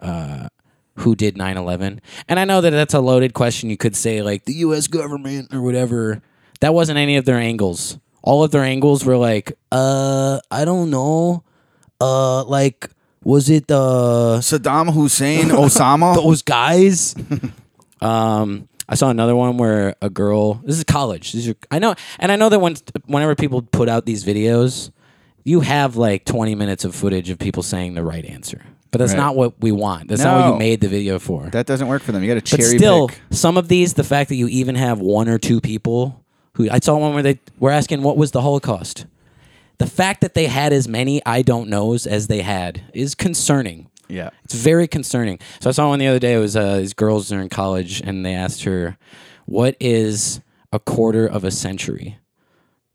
C: uh, who did 9 11? And I know that that's a loaded question. You could say, like, the U.S. government or whatever. That wasn't any of their angles. All of their angles were like, uh, I don't know. Uh, like, was it, uh,
E: Saddam Hussein, Osama.
C: those guys. um, I saw another one where a girl. This is college. These are I know, and I know that when whenever people put out these videos, you have like twenty minutes of footage of people saying the right answer, but that's
E: Right.
C: not what we want. That's not what
E: No.
C: you made the video for.
E: that doesn't work for them. You got to
C: but
E: cherry
C: still,
E: pick.
C: some of these, the fact that you even have one or two people who I saw one where they were asking what was the Holocaust. The fact that they had as many I don't knows as they had is concerning.
E: Yeah.
C: It's very concerning. So I saw one the other day. It was uh, these girls that are in college, and they asked her, "What is a quarter of a century?"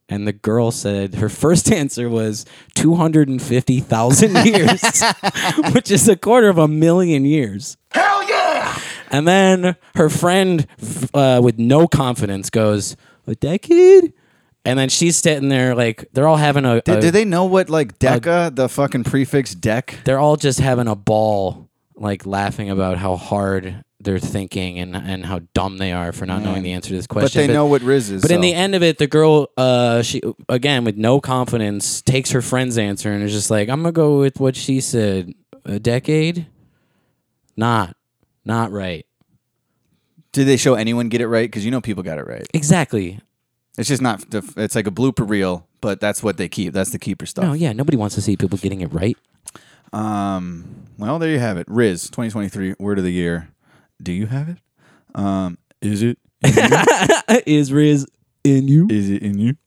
C: And the girl said her first answer was two hundred and fifty thousand years, which is a quarter of a million years. Hell yeah! And then her friend, f- uh, with no confidence, goes, "A decade." And then she's sitting there like they're all having a.
E: Did,
C: a-
E: do they know what like deca, the fucking prefix dec?
C: they're all just having a ball, like laughing about how hard they're thinking and and how dumb they are for not knowing the answer to this question.
E: But they know what Riz is.
C: But in
E: so.
C: the end of it, the girl, uh, she again with no confidence takes her friend's answer and is just like, "I'm gonna go with what she said. A decade, not, not right.
E: did they show anyone get it right? Because you know people got it right.
C: Exactly.
E: It's just not. the- It's like a blooper reel, but that's what they keep. That's the keeper stuff.
C: No, Oh, yeah. Nobody wants to see people getting it right.
E: Um. Well, there you have it. Riz 2023 word of the year. Do you have it? Um. Is it?
C: Uh, is Riz in you?
E: Is it in you?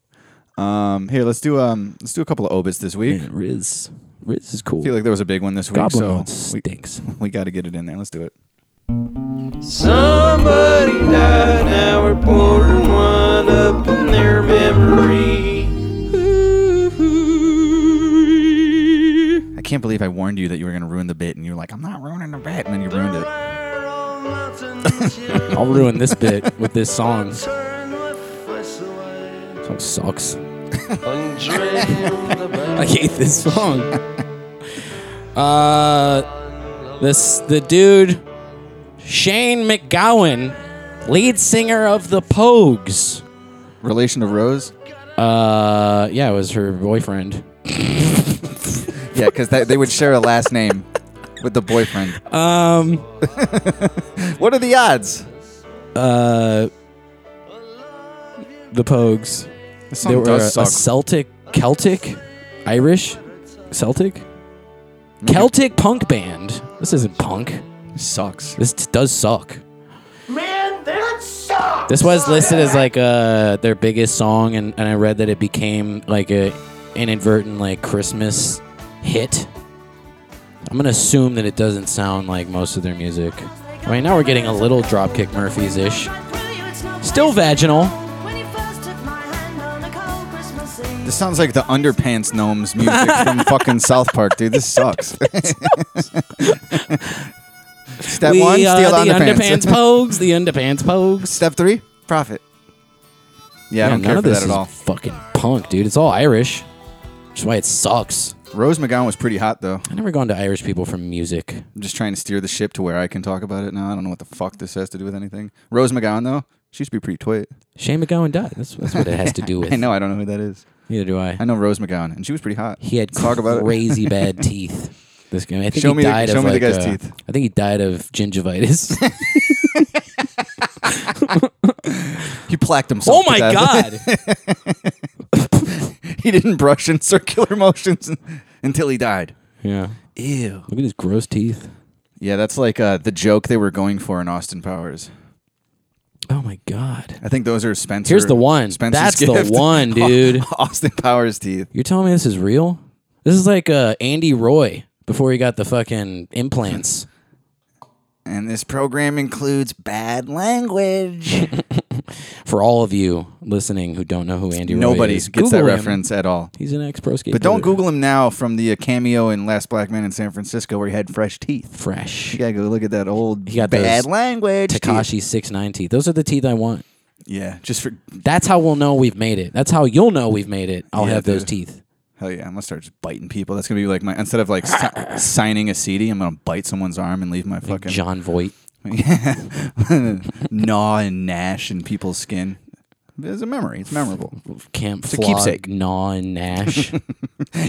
E: Um. Here, let's do um. Let's do a couple of obits this week. I
C: Riz, Riz is cool.
E: feel like there was a big one this week,
C: Goblin
E: so
C: Mode
E: we,
C: stinks.
E: we got to get it in there. Let's do it.
H: Somebody died, now we're pouring one up in their memory.
E: I can't believe I warned you that you were going to ruin the bit, and you were like, "I'm not ruining the bit," and then you ruined it.
C: I'll ruin this bit with this song. Song sucks. I hate this song. Uh, this the dude Shane McGowan, lead singer of the Pogues.
E: Relation to Rose?
C: Uh, yeah, it was her boyfriend.
E: Yeah, because they would share a last name with the boyfriend.
C: Um,
E: What are the odds?
C: uh, the Pogues.
E: This
C: They
E: song
C: were a,
E: does
C: a
E: suck.
C: Celtic, Celtic, Irish, Celtic, Celtic punk band. This isn't punk.
E: sucks.
C: This t- does suck. Man, that sucks. This was listed as like uh their biggest song, and, and I read that it became like a inadvertent like Christmas hit. I'm gonna assume that it doesn't sound like most of their music. I mean, now we're getting a little Dropkick Murphys ish. Still vaginal.
E: This sounds like the underpants gnomes music from fucking South Park, dude. This sucks. Step
C: we
E: one, steal
C: are the
E: underpants.
C: underpants pogues. The underpants pogues.
E: Step three, profit. Yeah, I
C: Yeah,
E: don't
C: none
E: care
C: of
E: for
C: this
E: that
C: is
E: at all.
C: Fucking punk, dude. It's all Irish, which is why it sucks.
E: Rose McGowan was pretty hot though.
C: I never gone to Irish people for music.
E: I'm just trying to steer the ship to where I can talk about it now. I don't know what the fuck this has to do with anything. Rose McGowan though, she used to be pretty twit.
C: Shane McGowan died. That's, that's what it has to do with.
E: I know, I don't know who that is.
C: Neither do I.
E: I know Rose McGowan, and she was pretty hot.
C: He had
E: Talk about it.
C: crazy bad teeth. This guy. I think
E: Show
C: he
E: me the-
C: died
E: show
C: of
E: me the
C: like,
E: guy's
C: uh,
E: teeth.
C: I think he died of gingivitis.
E: He placked himself.
C: oh my
E: to death.
C: god!
E: he didn't brush in circular motions un- until he died.
C: yeah.
E: Ew.
C: Look at his gross teeth.
E: Yeah, that's like uh, the joke they were going for in Austin Powers.
C: Oh my god!
E: I think those are Spencer.
C: Here's the one.
E: Spencer's
C: That's the
E: gift.
C: one, dude.
E: Austin Powers teeth.
C: You're telling me this is real? This is like uh, Andy Roy before he got the fucking implants.
E: And this program includes bad language.
C: For all of you listening who don't know who Andy Roy
E: Nobody
C: is,
E: gets
C: Google
E: that
C: him.
E: reference at all.
C: He's an ex pro skater.
E: But don't Google him now from the uh, cameo in Last Black Man in San Francisco where he had fresh teeth.
C: Fresh.
E: You gotta go look at that old
C: He got
E: bad
C: those
E: language. teeth.
C: Takashi six nine teeth. Those are the teeth I want.
E: Yeah, just for
C: That's how we'll know we've made it. That's how you'll know we've made it. I'll
E: Yeah,
C: have those
E: dude.
C: teeth.
E: hell yeah, I'm gonna start just biting people. That's gonna be like my instead of like si- signing a CD, I'm gonna bite someone's arm and leave my fucking
C: John Voight.
E: gnaw and gnash in people's skin. It's a memory. It's memorable.
C: Camp
E: a
C: Flog,
E: keepsake.
C: Gnaw and Nash.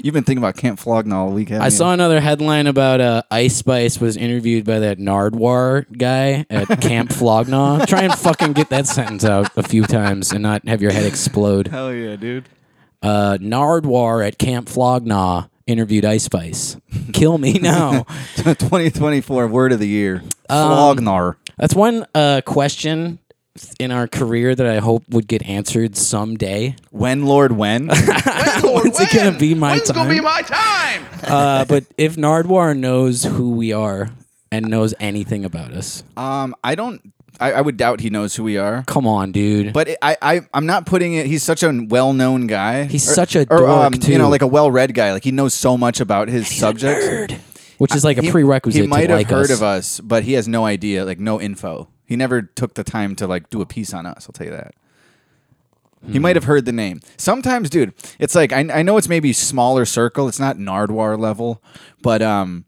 E: You've been thinking about Camp Flogna all week.
C: I saw another headline about uh, Ice Spice was interviewed by that Nardwar guy at Camp Flognaw. Try and fucking get that sentence out a few times and not have your head explode.
E: Hell yeah, dude.
C: Uh, Nardwar at Camp Flognaw interviewed Ice Spice. Kill me now.
E: 2024 word of the year.
C: Um,
E: Flognar.
C: That's one uh, question in our career that I hope would get answered someday.
E: When Lord When?
C: When's it gonna be my time? gonna be my time? uh, but if Nardwar knows who we are and knows anything about us,
E: um, I don't. I, I would doubt he knows who we are.
C: come on, dude.
E: But it, I, I, I'm not putting it. He's such a well-known guy. um,
C: He's such a dork,
E: You
C: too.
E: know, like a well-read guy. Like he knows so much about his subject.
C: Which is like a
E: He-
C: prerequisite.
E: He might
C: to
E: have
C: like
E: heard
C: us.
E: of uh, us, but he has no idea. Like no info. He never took the time to like do a piece on us. I'll tell you that. He might
C: Hmm.
E: have heard the name. Sometimes, dude, it's like I, I know it's maybe smaller circle. It's not Nardwar level, but um,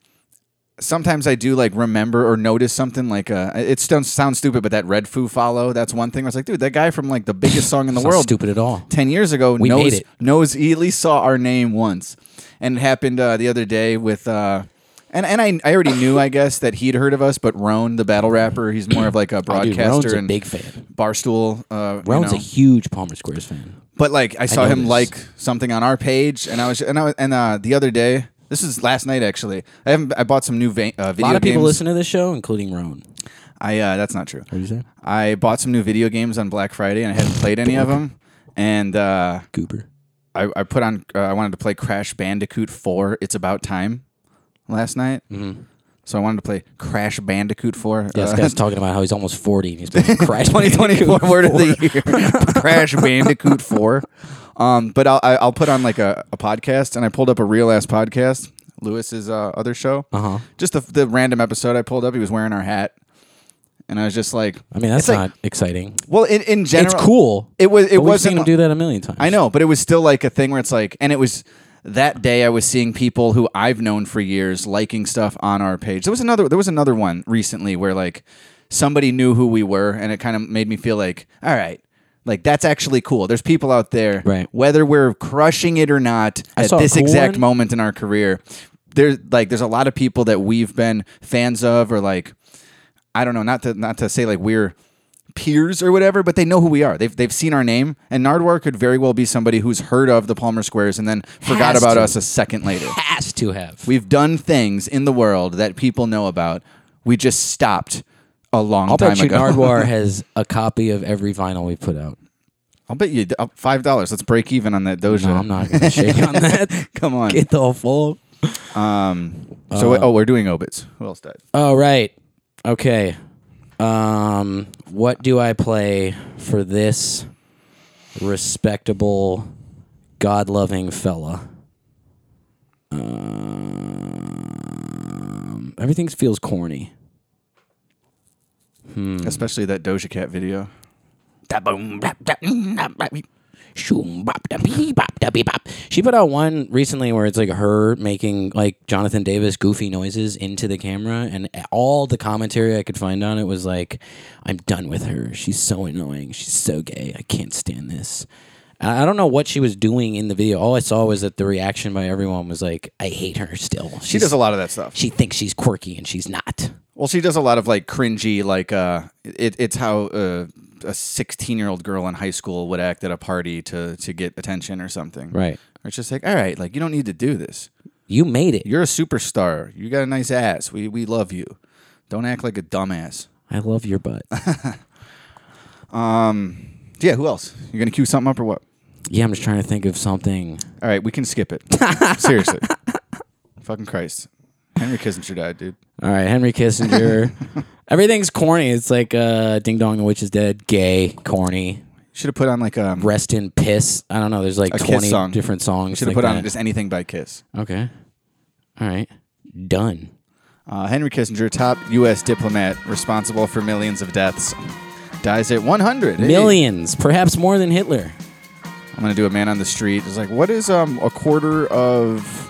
E: sometimes I do like remember or notice something like uh, it sounds sounds stupid, but that Red Foo follow. That's one thing. Where it's like, dude, that guy from like the biggest song in the
C: It's not
E: world,
C: stupid at all.
E: ten years ago,
C: We made
E: knows
C: it.
E: knows he at least saw our name once, and it happened uh, the other day with. Uh, and, and I, I already knew I guess that he'd heard of us, but Roan, the battle rapper, he's more of like a
C: Oh, dude,
E: broadcaster
C: Roan's a
E: and
C: big fan.
E: barstool. Uh, you
C: Roan's
E: know.
C: a huge Palmer Squares fan.
E: But like I saw
C: know
E: him
C: this.
E: like something on our page, and I was and I was, and uh, the other day. This is last night actually. I haven't. I bought some new va- uh,
C: A
E: video
C: lot of people
E: games.
C: listen to this show, including Roan.
E: I uh, that's not true. What
C: you say?
E: I bought some new video games on Black Friday, and I hadn't played any of them. And uh,
C: Goober.
E: I, I put on. Uh, I wanted to play Crash Bandicoot Four. It's about time. Last night. Mm-hmm. So I wanted to play Crash Bandicoot Four.
C: Yeah, this
E: uh,
C: guy's talking about how he's almost 40 and he's been crashed.
E: 2024 word of the year crash bandicoot 4 um, but I'll, I- I'll put on like a, a podcast and i pulled up a real ass podcast lewis's uh, other show uh-huh. just the, the random episode i pulled up he was wearing our hat and i was just like
C: I mean, that's
E: it's like-
C: not exciting.
E: well in, in general
C: it's cool.
E: it was it
C: but we've seen
E: wasn't
C: him do that a million times.
E: i know but it was still like a thing where it's like and it was that day i was seeing people who i've known for years liking stuff on our page there was another there was another one recently where like somebody knew who we were and it kind of made me feel like all right like that's actually cool there's people out there
C: Right.
E: whether we're crushing it or not
C: I
E: at
C: saw a
E: this
C: cool
E: exact
C: one.
E: moment in our career there's like there's a lot of people that we've been fans of or like I don't know, not to not to say like we're peers or whatever, but they know who we are. They've they've seen our name, and Nardwar could very well be somebody who's heard of the Palmer Squares and then forgot
C: Has
E: about
C: to.
E: us a second later.
C: Has to have.
E: We've done things in the world that people know about. We just stopped a long
C: I'll
E: time
C: bet you
E: ago.
C: Nardwar has a copy of every vinyl we put out.
E: I'll bet you uh, five dollars. Let's break even on that Doja.
C: No, I'm not going to shake on that.
E: Come on.
C: Get the whole full.
E: so oh, we're doing obits. Who else died?
C: All right. Okay. Um, what do I play for this respectable, God loving fella? Um, everything feels corny. Um,
E: Especially that Doja Cat video.
C: Shoom, bop, da, bee, bop, da, bee, bop. She put out one recently where it's like her making like Jonathan Davis goofy noises into the camera, and all the commentary I could find on it was like, "I'm done with her. She's so annoying. She's so gay. I can't stand this." And I I don't know what she was doing in the video. All I saw was that the reaction by everyone was like, "I hate her still."
E: She does a lot of that stuff.
C: She thinks she's quirky, and she's not.
E: Well, she does a lot of like cringy, like uh, it, it's how uh, a sixteen-year-old girl in high school would act at a party to to get attention or something,
C: Right.
E: Or it's just like, all right, like you don't need to do this.
C: You made it.
E: You're a superstar. You got a nice ass. We we love you. Don't act like a dumbass.
C: I love your butt.
E: Yeah. Who else? You're gonna cue something up or what?
C: yeah, I'm just trying to think of something.
E: All right, we can skip it. Seriously. Fucking Christ. Henry Kissinger died, dude.
C: All right, Henry Kissinger. Everything's corny. It's like uh, Ding Dong the Witch is Dead, gay, corny.
E: Should have put on like um,
C: Rest in piss. I don't know. There's like
E: a
C: twenty
E: Kiss song.
C: different songs.
E: Should have
C: like
E: put
C: that.
E: on just anything by Kiss.
C: Okay. All right. Done.
E: Uh, Henry Kissinger, top U.S. diplomat responsible for millions of deaths, dies at 100. Hey.
C: Millions, perhaps more than Hitler.
E: I'm gonna do a man on the street. It's like, what is um a quarter of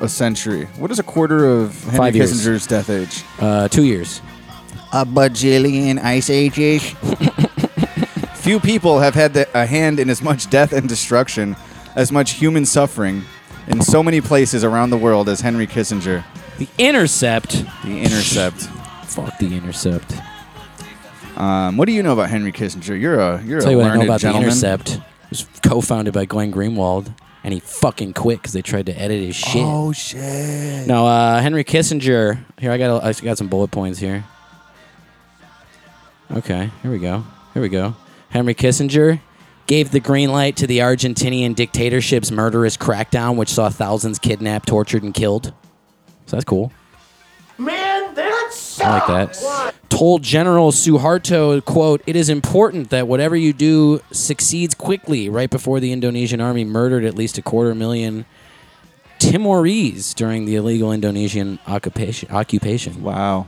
E: a century? What is a quarter of Henry
C: Five years.
E: Kissinger's death age?
C: Uh, two years.
E: A bajillion ice ages. Few people have had the, a hand in as much death and destruction, as much human suffering, in so many places around the world as Henry Kissinger.
C: The Intercept.
E: The Intercept.
C: Fuck the Intercept.
E: Um, what do you know about Henry Kissinger? You're a you're
C: Tell
E: a
C: you what I
E: learned
C: know about
E: gentleman.
C: the Intercept. It was co-founded by Glenn Greenwald, and he fucking quit because they tried to edit his shit.
E: Oh shit!
C: No, uh, Henry Kissinger. Here, I got a, I got some bullet points here. Okay, here we go. Here we go. Henry Kissinger gave the green light to the Argentinian dictatorship's murderous crackdown, which saw thousands kidnapped, tortured, and killed. So that's cool. Man, that's I like that. Told General Suharto, "quote It is important that whatever you do succeeds quickly." Right before the Indonesian army murdered at least a quarter million Timorese during the illegal Indonesian occupation. occupation.
E: Wow.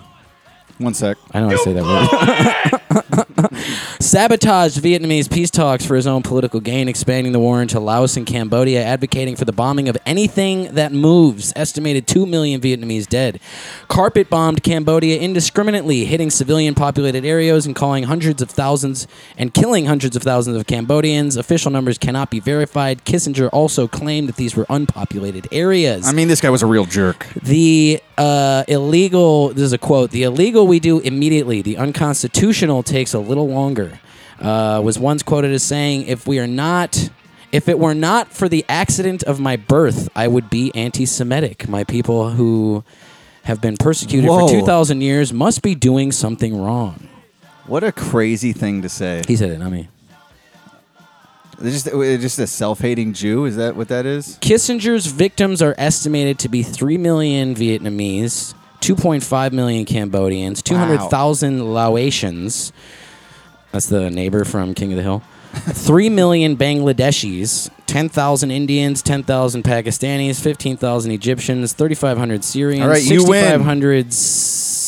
E: One sec.
C: I know I say that word. Sabotaged Vietnamese peace talks for his own political gain, expanding the war into Laos and Cambodia, advocating for the bombing of anything that moves. Estimated 2 million Vietnamese dead. Carpet bombed Cambodia indiscriminately, hitting civilian populated areas and calling hundreds of thousands and killing hundreds of thousands of Cambodians. Official numbers cannot be verified. Kissinger also claimed that these were unpopulated areas.
E: I mean, this guy was a real jerk.
C: The uh, illegal, this is a quote, the illegal we do immediately, the unconstitutional takes a little longer. Uh, was once quoted as saying, if we are not, if it were not for the accident of my birth, I would be anti Semitic. My people who have been persecuted
E: Whoa.
C: for 2,000 years must be doing something wrong.
E: What a crazy thing to say.
C: He said it, I mean.
E: They're just, they're just a self-hating Jew. Is that what that is?
C: Kissinger's victims are estimated to be 3 million Vietnamese, 2.5 million Cambodians, 200,000 Laotians. That's the neighbor from King of the Hill. 3 million Bangladeshis, 10,000 Indians, 10,000 Pakistanis, 15,000 Egyptians, 3,500 Syrians,
E: All right, you win.
C: 6,500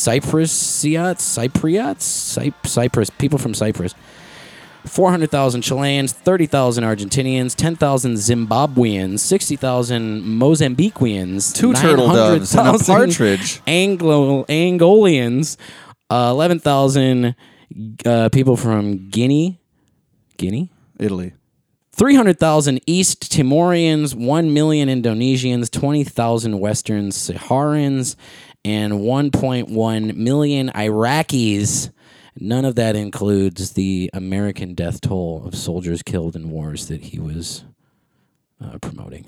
C: Cypriots, Cypriots, Cy- Cyprus, people from Cyprus. 400,000 Chileans, 30,000 Argentinians, 10,000 Zimbabweans, 60,000 Mozambiqueans,
E: Two turtle doves and a
C: 900,000
E: partridge.
C: Anglo Angolians, uh, 11,000 uh, people from Guinea, Guinea,
E: Italy.
C: 300,000 East Timorians, 1 million Indonesians, 20,000 Western Saharans, and 1.1 million Iraqis. None of that includes the American death toll of soldiers killed in wars that he was uh, promoting.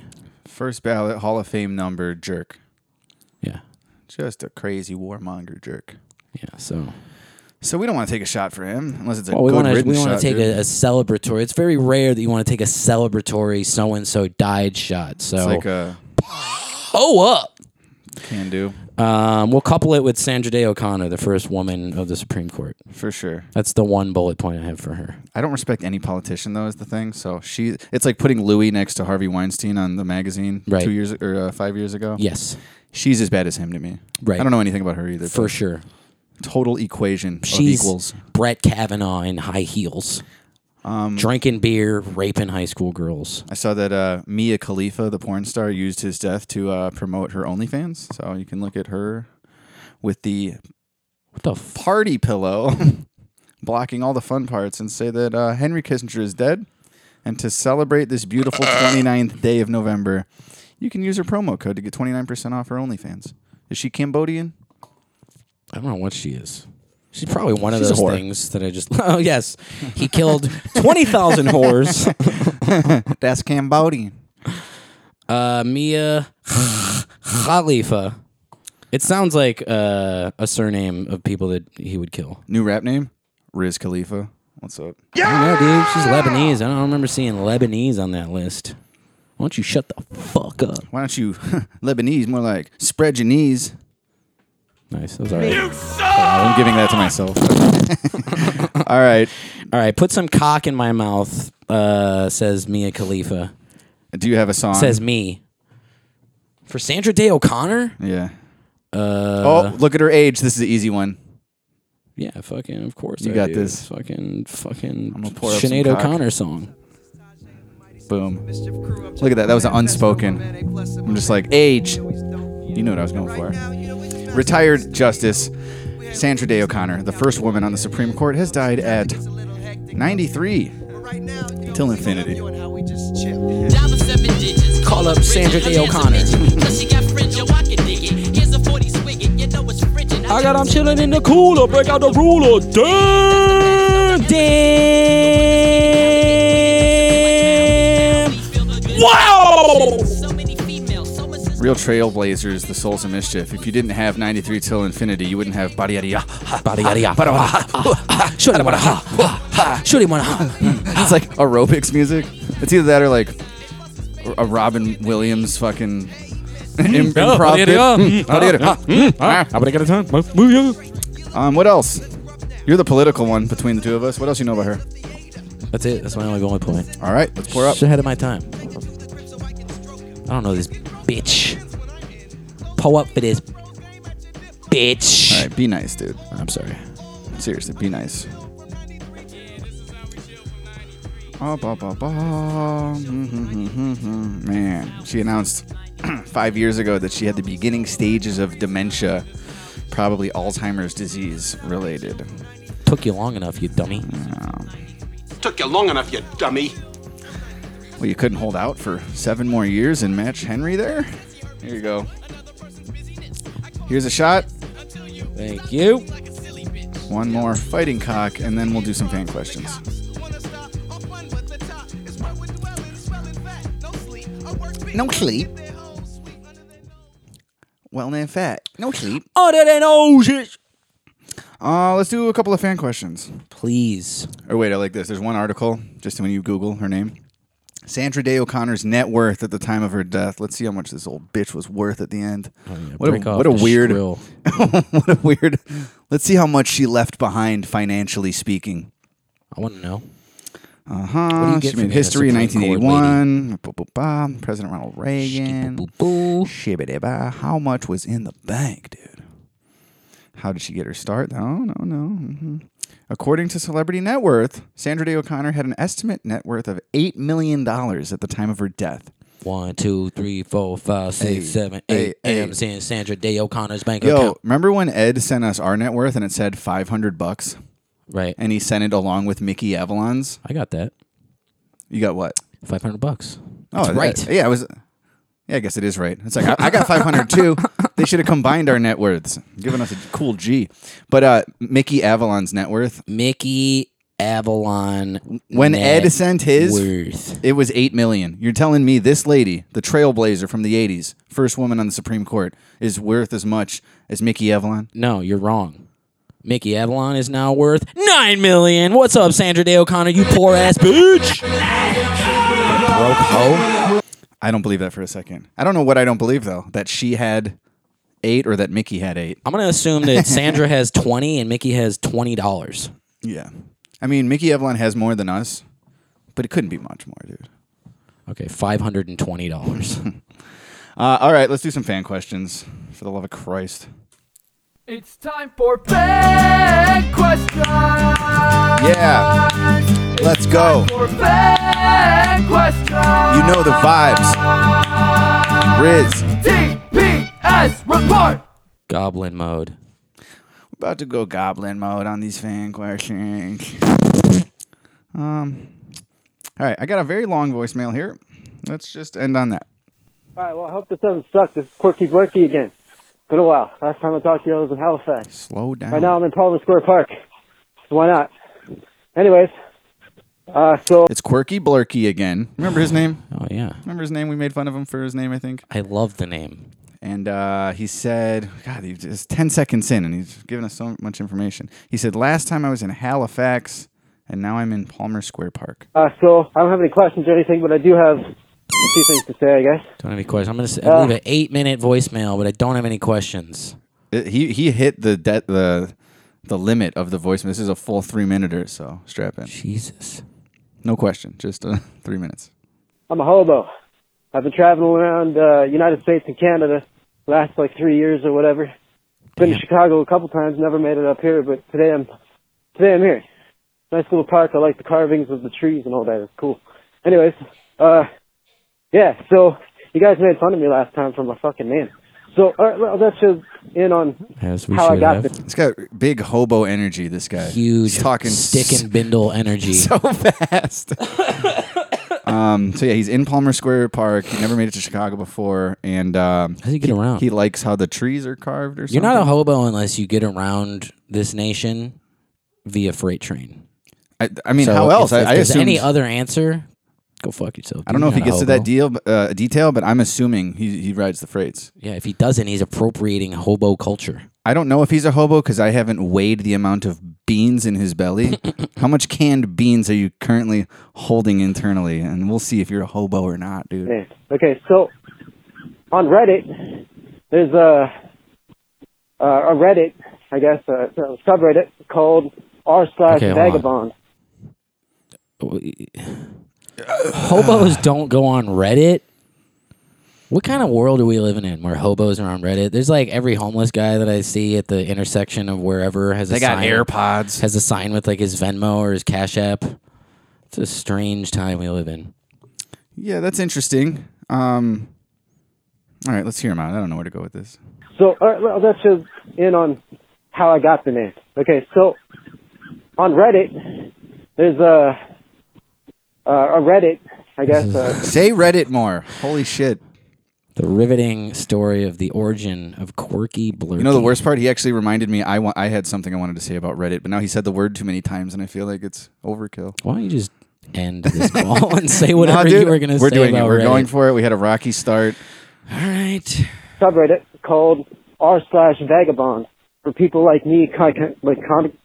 E: First ballot Hall of Fame number jerk.
C: Yeah.
E: Just a crazy warmonger jerk.
C: Yeah. So,
E: So we don't want to take a shot for him unless it's a
C: well, we
E: good
C: want to
E: written
C: we want to
E: shot,
C: take
E: dude.
C: a, a celebratory. It's very rare that you want to take a celebratory so and so died shot. So,
E: It's like a
C: oh up.
E: can do
C: Um, we'll couple it with Sandra Day O'Connor, the first woman of the Supreme Court.
E: for sure.
C: That's the one bullet point I have for her.
E: I don't respect any politician though. Is the thing. So she. It's like putting Louis next to Harvey Weinstein on the magazine
C: Right.
E: two years or uh, five years ago.
C: Yes,
E: She's as bad as him to me.
C: Right.
E: I don't know anything about her either.
C: for sure.
E: total equation
C: She's
E: of equals.
C: Brett Kavanaugh in high heels,
E: Um,
C: drinking beer, raping high school girls.
E: I saw that uh, Mia Khalifa, the porn star, used his death to uh, promote her OnlyFans. So you can look at her with the
C: What the fuck?
E: party pillow, blocking all the fun parts, and say that uh, Henry Kissinger is dead. And to celebrate this beautiful 29th day of November, you can use her promo code to get 29% off her OnlyFans. Is she Cambodian?
C: I don't know what she is. She's probably one of
E: She's a
C: those
E: whore.
C: things that I just. Oh yes, he killed twenty thousand whores.
E: That's Cambodian.
C: Uh, Mia Khalifa. It sounds like uh, a surname of people that he would kill.
E: New rap name? Riz Khalifa. What's up?
C: I don't know, dude. She's Lebanese. I don't remember seeing Lebanese on that list. Why don't you shut the fuck up?
E: Why don't you Lebanese? More like spread your knees. Oh,
C: Nice. That was all right.
E: I'm giving that to myself. All right.
C: All right, put some cock in my mouth. Uh, says Mia Khalifa.
E: Do you have a song?
C: Says me. For Sandra Day O'Connor?
E: yeah. Uh, oh, look at her age. This is the easy one.
C: Yeah, fucking. Of course,
E: You
C: I
E: got
C: do.
E: this.
C: Fucking, fucking.
E: gonna pour up some
C: Sinead
E: cock.
C: O'Connor song.
E: Boom. Look at that. That was an unspoken. I'm just like age. You know what I was going for. Retired Justice Sandra Day O'Connor, the first woman on the Supreme Court, has died at 93. Till infinity.
G: Job of seven digits.
C: Call up Sandra Day O'Connor.
G: Cause she got fringe, yo, I can dig it. Here's a 40 swig, it, you know it's fringe. and
C: I got I'm chilling in the cooler. Break out the ruler. Damn, damn. Wow.
G: So many females, so much is
E: Real trailblazers, the souls of mischief. If you didn't have 93 till infinity, you wouldn't have body yada yada.
C: Bada yada yada. Bada wada. Shorty wanna ha. ha, ha. Shorty wanna ha.
E: It's like aerobics music. It's either that or like a Robin Williams fucking im- improv. bit. Mm, bada yada, ah, mm, ah.
I: I'm gonna get a ton. Move, move, yeah.
E: Um, what else? You're the political one between the two of us. What else you know about her?
C: That's it. That's my only only point.
E: All right, let's pour up.
C: Just ahead of my time. I don't know this bitch. Pull up for this bitch.
E: All right, be nice, dude.
C: I'm sorry.
E: Seriously, be nice. Ah, ba, ba, ba. Mm, mm, mm, mm, mm. Man, she announced five years ago that she had the beginning stages of dementia, probably Alzheimer's disease related.
C: Took you long enough, you dummy.
H: Took you long enough, you dummy.
E: Well, you couldn't hold out for seven more years and match Henry there? Here you go. Here's a shot.
C: Thank you.
E: One more fighting cock, and then we'll do some fan questions. No sleep. Well, in fat. No sleep.
C: Oh, that ain't old shit.
E: Uh, let's do a couple of fan questions.
C: Please.
E: Or Oh, wait, I like this. There's one article, just when you Google her name. Sandra Day O'Connor's net worth at the time of her death. Let's see how much this old bitch was worth at the end. what a,
C: Break off
E: what a
C: the
E: weird,
C: shrill.
E: what a weird. Let's see how much she left behind financially speaking.
C: I want to know.
E: Uh-huh.
C: What do you get
E: she
C: for
E: made
C: being a
E: history in
C: Supreme Court
E: 1981. Ba, ba, ba. President Ronald Reagan.
C: Boo, boo, boo.
E: Shibbity-ba. How much was in the bank, dude? How did she get her start? No, no, no. hmm According to Celebrity Net Worth, Sandra Day O'Connor had an estimate net worth of $8 million at the time of her death.
C: One, two, three, four, five,
E: Hey,
C: six, seven,
E: hey,
C: eight.
E: hey.
C: I'm saying Sandra Day O'Connor's bank
E: Yo,
C: account.
E: remember when Ed sent us our net worth and it said 500 bucks?
C: Right.
E: And he sent it along with Mickey Avalon's?
C: I got that.
E: You got what?
C: Five hundred bucks.
E: Oh,
C: That's
E: that-
C: right.
E: yeah, I was. Yeah, I guess it is right. It's like I, I got 500 too. They should have combined our net worths, given us a cool G. But uh, Mickey Avalon's net worth,
C: Mickey Avalon.
E: when
C: net
E: Ed sent his,
C: worth.
E: it was eight million. You're telling me this lady, the trailblazer from the 80s, first woman on the Supreme Court, is worth as much as Mickey Avalon?
C: No, you're wrong. Mickey Avalon is now worth nine million. What's up, Sandra Day O'Connor? You poor ass bitch. Broke hoe.
E: I don't believe that for a second. I don't know what I don't believe though. That she had eight, or that Mickey had eight.
C: I'm gonna assume that Sandra has twenty and Mickey has twenty dollars.
E: Yeah, I mean Mickey Avalon has more than us, but it couldn't be much more, dude.
C: Okay, five hundred and twenty dollars.
E: Uh, all right, let's do some fan questions. For the love of Christ.
A: It's time for fan questions.
E: Yeah. Let's go.
A: For fan questions.
E: You know the vibes. Riz.
A: DPS report.
C: Goblin mode.
E: About to go goblin mode on these fan questions. Um, all right, I got a very long voicemail here. Let's just end on that.
J: All right, well, I hope this doesn't suck. This is Quirky Quirky again. Been a while. Last time I talked to you, I was in Halifax.
E: Slow down.
J: Right now, I'm in Palmer Square Park. So why not? Anyways, uh, so
E: It's Quirky Blurky again. Remember his name?
C: Oh yeah,
E: Remember his name? We made fun of him for his name, I think.
C: I love the name.
E: And uh, he said, God, he's just 10 seconds in and he's given us so much information. He said, Last time I was in Halifax and now I'm in Palmer Square Park.
J: uh, so I don't have any questions or anything, but I do have a few things to say, I guess.
C: Don't have any questions. I'm gonna say, I leave
E: Uh,
C: an eight minute voicemail, but I don't have any questions.
E: It- he he hit the de- the the limit of the voicemail. This is a full three minuter, so strap in.
C: Jesus.
E: No question, just uh, three minutes.
J: I'm a hobo. I've been traveling around uh, United States and Canada last like three years or whatever. Been to Chicago a couple times, never made it up here, but today I'm today I'm here. Nice little park. I like the carvings of the trees and all that. It's cool. Anyways, uh, yeah. So you guys made fun of me last time for my fucking name. So all right, well, let's just in on
C: As
J: how I got this.
E: It's got big hobo energy. This guy,
C: Huge
E: He's talking
C: stick and bindle energy.
E: so fast. um, so yeah, he's in Palmer Square Park. He never made it to Chicago before, and um, how
C: does he get around?
E: He likes how the trees are carved, or
C: You're
E: something.
C: not a hobo unless you get around this nation via freight train.
E: I, I mean,
C: So
E: how
C: if-
E: else?
C: If,
E: I, I
C: there's
E: assumed-
C: any other answer, go fuck yourself.
E: I don't know
C: You're
E: if he
C: not a
E: gets to that
C: hobo.
E: deal, b- uh, detail, but I'm assuming he he rides the freights.
C: Yeah, if he doesn't, he's appropriating hobo culture.
E: I don't know if he's a hobo because I haven't weighed the amount of beans in his belly. How much canned beans are you currently holding internally? And we'll see if you're a hobo or not, dude.
J: Man. Okay, so on Reddit, there's a a Reddit, I guess, a, a subreddit called r slash
C: Okay, hold on.
J: vagabond.
C: Hobos don't go on Reddit. What kind of world are we living in where hobos are on Reddit? There's like every homeless guy that I see at the intersection of wherever has a
E: They got
C: sign,
E: AirPods.
C: has a sign with like his Venmo or his Cash App. It's a strange time we live in.
E: Yeah, that's interesting. Um, all right, let's hear him out. I don't know where to go with this.
J: So all right, well, let's just in on how I got the name. Okay, so on Reddit, there's a a Reddit, I guess, a,
E: Say Reddit more. Holy shit.
C: The riveting story of the origin of quirky blur.
E: You know the worst part? He actually reminded me I want I had something I wanted to say about Reddit, but now he said the word too many times, and I feel like it's overkill.
C: Why don't you just end this call and say whatever
E: dude,
C: you were going to say?
E: We're doing
C: about
E: it. We're
C: Reddit?
E: going for it. We had a rocky start.
C: All right.
J: subreddit called r slash vagabond for people like me, con- con- like con-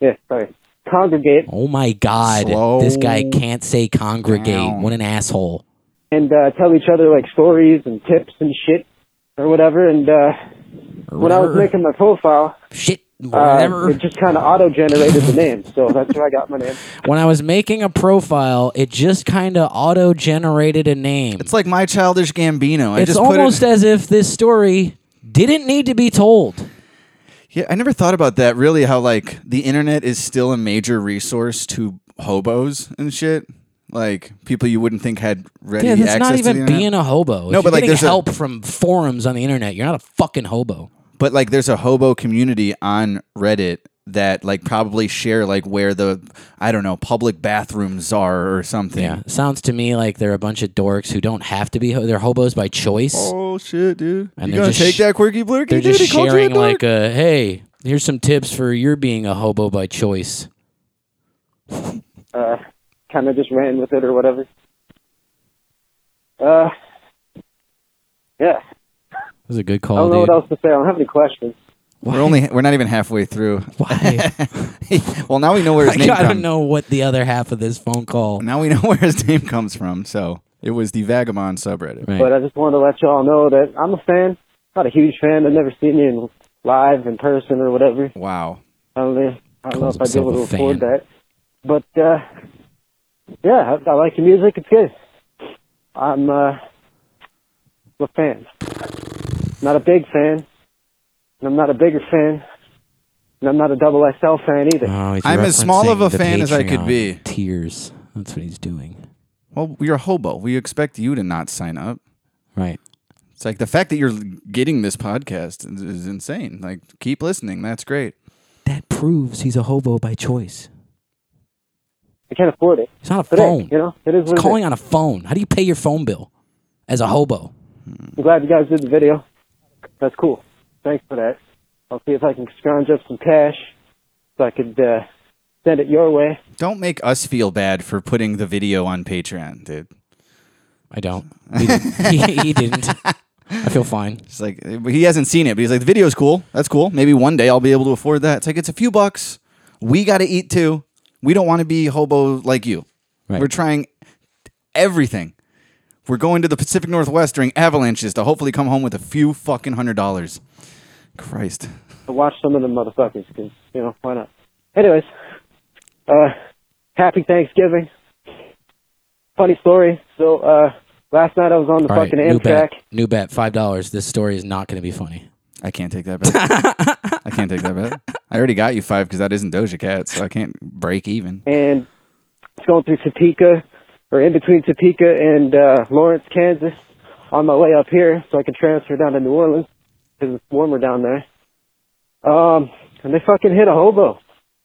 J: yeah, sorry, congregate
C: Oh my God.
E: Slow
C: This guy can't say congregate.
E: down.
C: What an asshole.
J: and uh, tell each other like stories and tips and shit or whatever. And uh, when I was
C: Rrr.
J: making my profile,
C: Shit.
J: uh,
C: Whatever.
J: it just kind of auto-generated the name, so that's where I got my name.
C: when I was making a profile, it just kind of auto generated a name.
E: It's like my childish Gambino. I
C: It's
E: just put
C: almost
E: it,
C: as if this story didn't need to be told.
E: yeah. I never thought about that. Really, how like the internet is still a major resource to hobos and shit. Like people you wouldn't think had ready
C: Yeah, that's
E: access
C: not
E: to the
C: even
E: internet.
C: being a hobo.
E: No,
C: if you're
E: but, like,
C: getting
E: there's a-
C: help from forums on the internet. You're not a fucking hobo.
E: but like there's a hobo community on Reddit that like probably share like where the I don't know public bathrooms are or something.
C: Yeah, sounds to me like they're a bunch of dorks who don't have to be. Ho- they're hobos by choice.
E: Oh shit, dude!
C: And
E: you
C: they're
E: gonna
C: just
E: take
C: sh-
E: that quirky blurky?
C: they're
E: dude?
C: just
E: He called you a
C: sharing like
E: dork?
C: a hey, here's some tips for your being a hobo by choice.
J: Uh, kind of just ran with it or whatever. Uh, yeah,
C: That was a good
J: I don't
C: call,
J: know
C: dude.
J: what else to say. I don't have any questions.
E: We're only we're not even halfway through.
C: Why?
E: well, now we know where his
C: I
E: name
C: gotta
E: comes.
C: know what the other half of this phone call.
E: Now we know where his name comes from. So it was the vagabond subreddit.
C: Right.
J: But I just wanted to let y'all know that I'm a fan. Not a huge fan. I've never seen you in live in person or whatever.
E: Wow.
J: I don't, know- I don't know
C: Calls
J: if I'd uh, be able to
C: himself a
J: afford
C: fan.
J: that. But uh, yeah, I, I like your music. It's good. I'm uh, a fan. Not a big fan. And I'm not a bigger fan. And I'm not a double XL fan either.
C: Oh, he's
E: I'm as small of a
C: referencing the
E: fan as I could
C: Patreon
E: be.
C: Tears. That's what he's doing.
E: Well, you're a hobo. We expect you to not sign up.
C: Right.
E: It's like the fact that you're getting this podcast is, is insane. Like, keep listening. That's great.
C: That proves he's a hobo by choice.
J: I can't afford it.
C: It's not a
J: But
C: phone.
J: hey, you know, it is
C: it's
J: what it
C: calling on a phone. How do you pay your phone bill as a hobo?
J: is. I'm glad you guys did the video. That's cool. Thanks for that. I'll see if I can scrounge up some cash so I could uh, send it your way.
E: Don't make us feel bad for putting the video on Patreon, dude.
C: I don't. He, didn't. he, he didn't. I feel fine.
E: It's like he hasn't seen it, but he's like, the video's cool. That's cool. Maybe one day I'll be able to afford that. It's like it's a few bucks. We got to eat too. We don't want to be hobo like you.
C: Right.
E: We're trying everything. We're going to the Pacific Northwest during avalanches to hopefully come home with a few fucking hundred dollars. Christ.
J: I watched some of them motherfuckers because you know why not? Anyways, uh, happy Thanksgiving. Funny story. So uh, last night I was on the
C: All right,
J: fucking
C: new
J: Amtrak.
C: bet. New bet. Five dollars. This story is not going to be funny.
E: I can't take that bet. I can't take that bet. I already got you five because that isn't Doja Cat, so I can't break even.
J: and it's going through Topeka or in between Topeka and uh, Lawrence, Kansas, on my way up here so I can transfer down to New Orleans because it's warmer down there. Um, and they fucking hit a hobo.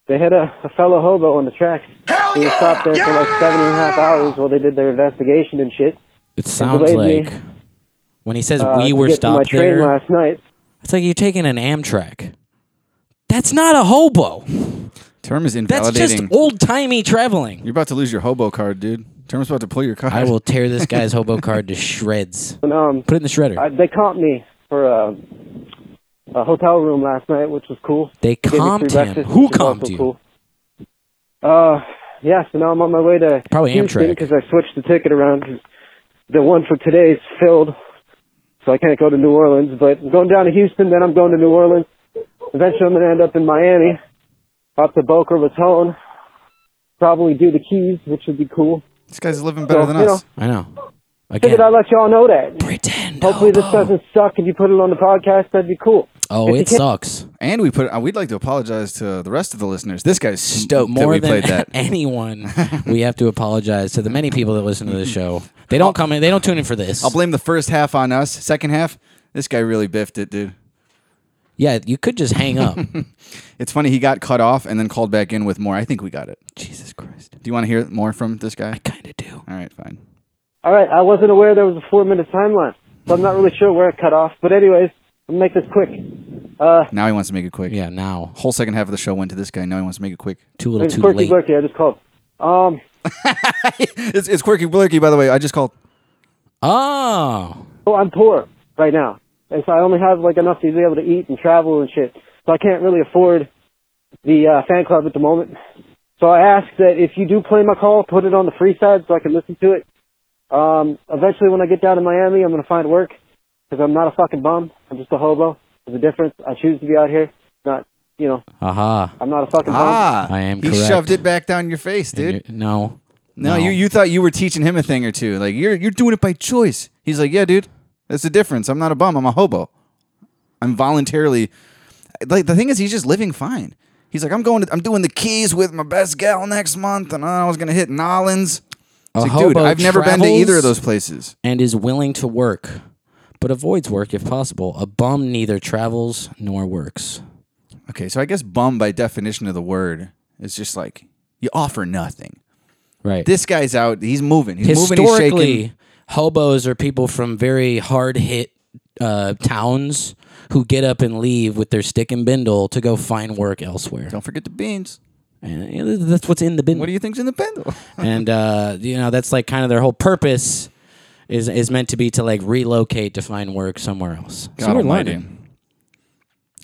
J: They hit a, a fellow hobo on the tracks. Hell he was stopped there for like seven and a half hours while they did their investigation and shit.
C: It
J: And
C: sounds
J: delayed
C: like
J: me,
C: when he says
J: uh,
C: we
J: to
C: were
J: get to my
C: stopped
J: train
C: there.
J: last night.
C: It's like you're taking an Amtrak. That's not a hobo.
E: Term is
C: That's
E: invalidating.
C: just old timey traveling.
E: You're about to lose your hobo card, dude. Term's about to pull your card.
C: I will tear this guy's hobo card to shreds.
J: And, um,
C: Put it in the shredder.
J: I, they comped me for a, a hotel room last night, which was cool.
C: They
J: gave me free
C: comped him.
J: breakfast,
C: Who
J: which was
C: comped
J: also
C: you?
J: Cool. Uh, yeah. So now I'm on my way to
C: Probably Amtrak.
J: because I switched the ticket around. 'cause The one for today is filled, so I can't go to New Orleans. But I'm going down to Houston, then I'm going to New Orleans. Eventually, I'm gonna end up in Miami, up to Boca Raton. Probably do the keys, which would be cool.
E: This guy's living
J: better So, than you us.
C: I know.
J: Figured
C: Again,
J: I'd let y'all know that. Hopefully this doesn't suck. If you put it on the podcast, that'd be cool.
C: oh,
J: If you
C: it
J: can't-
C: sucks.
E: And we put. uh, We'd like to apologize to the rest of the listeners. This guy's stoked that
C: More
E: we
C: than
E: played that.
C: anyone, we have to apologize to the many people that listen to the show. They don't come in. They don't tune in for this.
E: I'll blame the first half on us. Second half, this guy really biffed it, dude.
C: Yeah, you could just hang up.
E: It's funny he got cut off and then called back in with more. I think we got it.
C: Jesus Christ.
E: Do you want to hear more from this guy? I
C: kind of do.
E: All right, fine.
J: All right, I wasn't aware there was a four-minute timeline, so I'm not really sure where it cut off. But anyways, I'll make this quick. Uh,
E: Now he wants to make it quick.
C: Yeah, now
E: Whole second half of the show went to this guy. Now he wants to make it quick.
C: Too little,
J: it's
C: too
J: quirky
C: late.
J: blurky. I just called. Um,
E: It's, it's quirky blurky, by the way. I just called.
C: Oh,
J: so I'm poor right now, and so I only have like enough to be able to eat and travel and shit. So I can't really afford the uh, fan club at the moment. So I ask that if you do play my call, put it on the free side so I can listen to it. Um, eventually, when I get down to Miami, I'm gonna find work because I'm not a fucking bum. I'm just a hobo. There's a difference. I choose to be out here. Not, you know,
C: aha!
J: I'm not a fucking bum.
E: Ah,
C: Oh, I am
E: He
C: correct.
E: shoved it back down your face, dude.
C: No,
E: No, you you thought you were teaching him a thing or two. Like you're you're doing it by choice. He's like, yeah, dude. That's the difference. I'm not a bum. I'm a hobo. I'm voluntarily. Like the thing is, he's just living fine. He's like, I'm going. To, I'm doing the keys with my best gal next month, and I was gonna hit Nollins.
C: A
E: It's like, dude,
C: hobo
E: I've never been to
C: travels-
E: either of those places.
C: and is willing to work, but avoids work if possible. A bum neither travels nor works.
E: Okay, so I guess bum by definition of the word is just like you offer nothing.
C: Right.
E: This guy's out. He's moving. He's moving. He's
C: Historically,
E: shaking.
C: hobos are people from very hard hit uh, towns who get up and leave with their stick and bindle to go find work elsewhere.
E: Don't forget the beans.
C: And you know, that's what's in the bindle.
E: What do you think's in the bindle?
C: and uh, you know that's like kind of their whole purpose is is meant to be to like relocate to find work somewhere else. so
E: God
C: we're
E: almighty.
C: learning.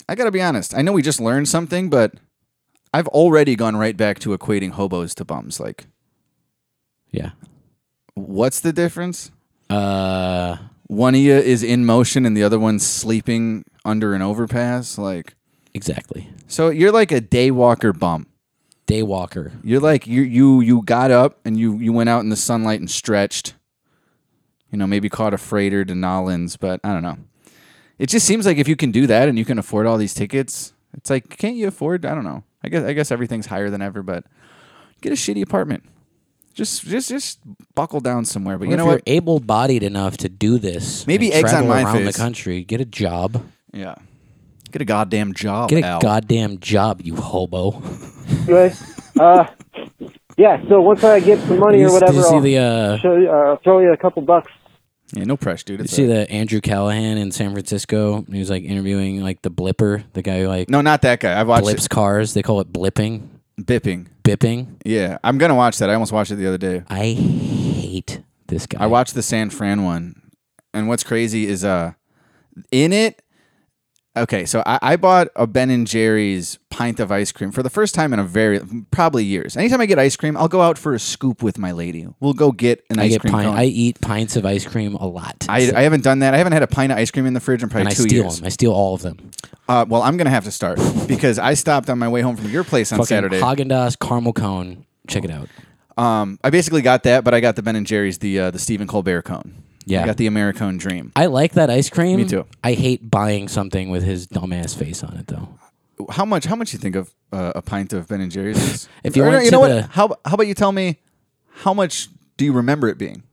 E: I gotta be honest. I know we just learned something, but I've already gone right back to equating hobos to bums. Like,
C: Yeah.
E: what's the difference?
C: Uh,
E: One of you is in motion and the other one's sleeping under an overpass. Like,
C: exactly.
E: so you're like a daywalker bum.
C: Daywalker.
E: You're like you you you got up and you you went out in the sunlight and stretched. You know, maybe caught a freighter to Nolans, but I don't know. It just seems like if you can do that and you can afford all these tickets, it's like can't you afford? I don't know. I guess I guess everything's higher than ever, but get a shitty apartment. Just just just buckle down somewhere. But
C: But
E: you know
C: if
E: what?
C: you're able-bodied enough to do this,
E: Maybe
C: and
E: eggs on
C: travel
E: my
C: around
E: face. Oh,
C: the country, get a job,
E: Yeah. Get a goddamn job.
C: get a
E: Al.
C: goddamn job, you hobo.
J: Anyway, uh, yeah. So once I get some money
C: You
J: or
C: s-
J: whatever,
C: you see
J: I'll,
C: the, uh,
J: show you, uh, I'll throw you a couple bucks.
E: yeah, no pressure, dude.
C: You
E: It's
C: see
E: a-
C: the Andrew Callahan in San Francisco? He was like interviewing like the blipper, the guy who like
E: no, not that guy. I've watched
C: blips cars. They call it blipping,
E: it. Bipping.
C: bipping.
E: Yeah, I'm gonna watch that. I almost watched it the other day.
C: I hate this guy.
E: I watched the San Fran one, and what's crazy is uh, in it. Okay, so I, I bought a Ben and Jerry's pint of ice cream for the first time in a very probably years. Anytime I get ice cream, I'll go out for a scoop with my lady. We'll go get an
C: I
E: ice
C: get
E: cream.
C: pint.
E: cone.
C: I eat pints of ice cream a lot.
E: I, I haven't done that. I haven't had a pint of ice cream in the fridge in probably
C: and I
E: two
C: steal
E: years.
C: them. I steal all of them.
E: Uh, well, I'm gonna have to start because I stopped on my way home from your place on
C: Fucking
E: Saturday.
C: Haagen-Dazs caramel cone. Check it out.
E: Um, I basically got that, but I got the Ben and Jerry's, the uh, the Stephen Colbert cone.
C: Yeah.
E: I got the Americone Dream.
C: I like that ice cream.
E: Me too.
C: I hate buying something with his dumbass face on it though.
E: How much? How much you think of uh, a pint of Ben and Jerry's? is?
C: If you
E: Or no,
C: went
E: you
C: to
E: know
C: the-
E: what? How how about you tell me how much do you remember it being?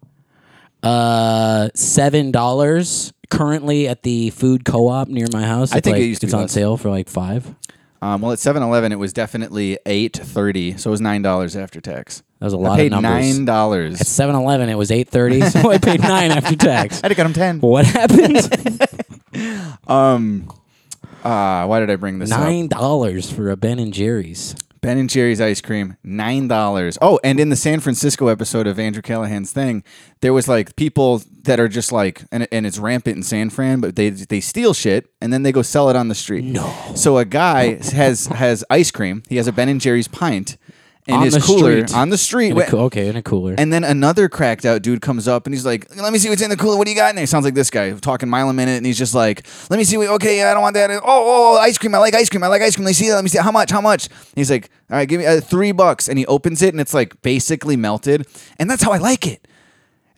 C: Uh, seven dollars currently at the food co-op near my house.
E: I
C: It's
E: think it
C: like-
E: used to
C: it's
E: be
C: on
E: less.
C: sale for like five.
E: Um, well, at 7-Eleven, it was definitely eight thirty, so it was nine dollars after tax.
C: That was a
E: I
C: lot
E: paid
C: of numbers.
E: Nine dollars.
C: At 7-Eleven, it was eight thirty, so I paid nine after tax.
E: I'd have got him ten.
C: What happened?
E: Um, uh, why did I bring this up?
C: Nine dollars for a Ben and Jerry's.
E: Ben and Jerry's ice cream, nine dollars. Oh, and in the San Francisco episode of Andrew Callahan's thing, there was like people that are just like, and, and it's rampant in San Fran, but they they steal shit and then they go sell it on the street. No. So a guy has has ice cream. He has a Ben and Jerry's pint in
C: On
E: his
C: the
E: cooler
C: street.
E: on the street.
C: In a coo- okay, in a cooler.
E: And then another cracked out dude comes up and he's like, "Let me see what's in the cooler. What do you got in there?" Sounds like this guy talking mile a minute, and he's just like, "Let me see. What, okay, I don't want that. Oh, oh, oh, ice cream. I like ice cream. I like ice cream. Let me see. that. Let me see how much. How much?" And he's like, "All right, give me uh, three bucks." And he opens it, and it's like basically melted, and that's how I like it.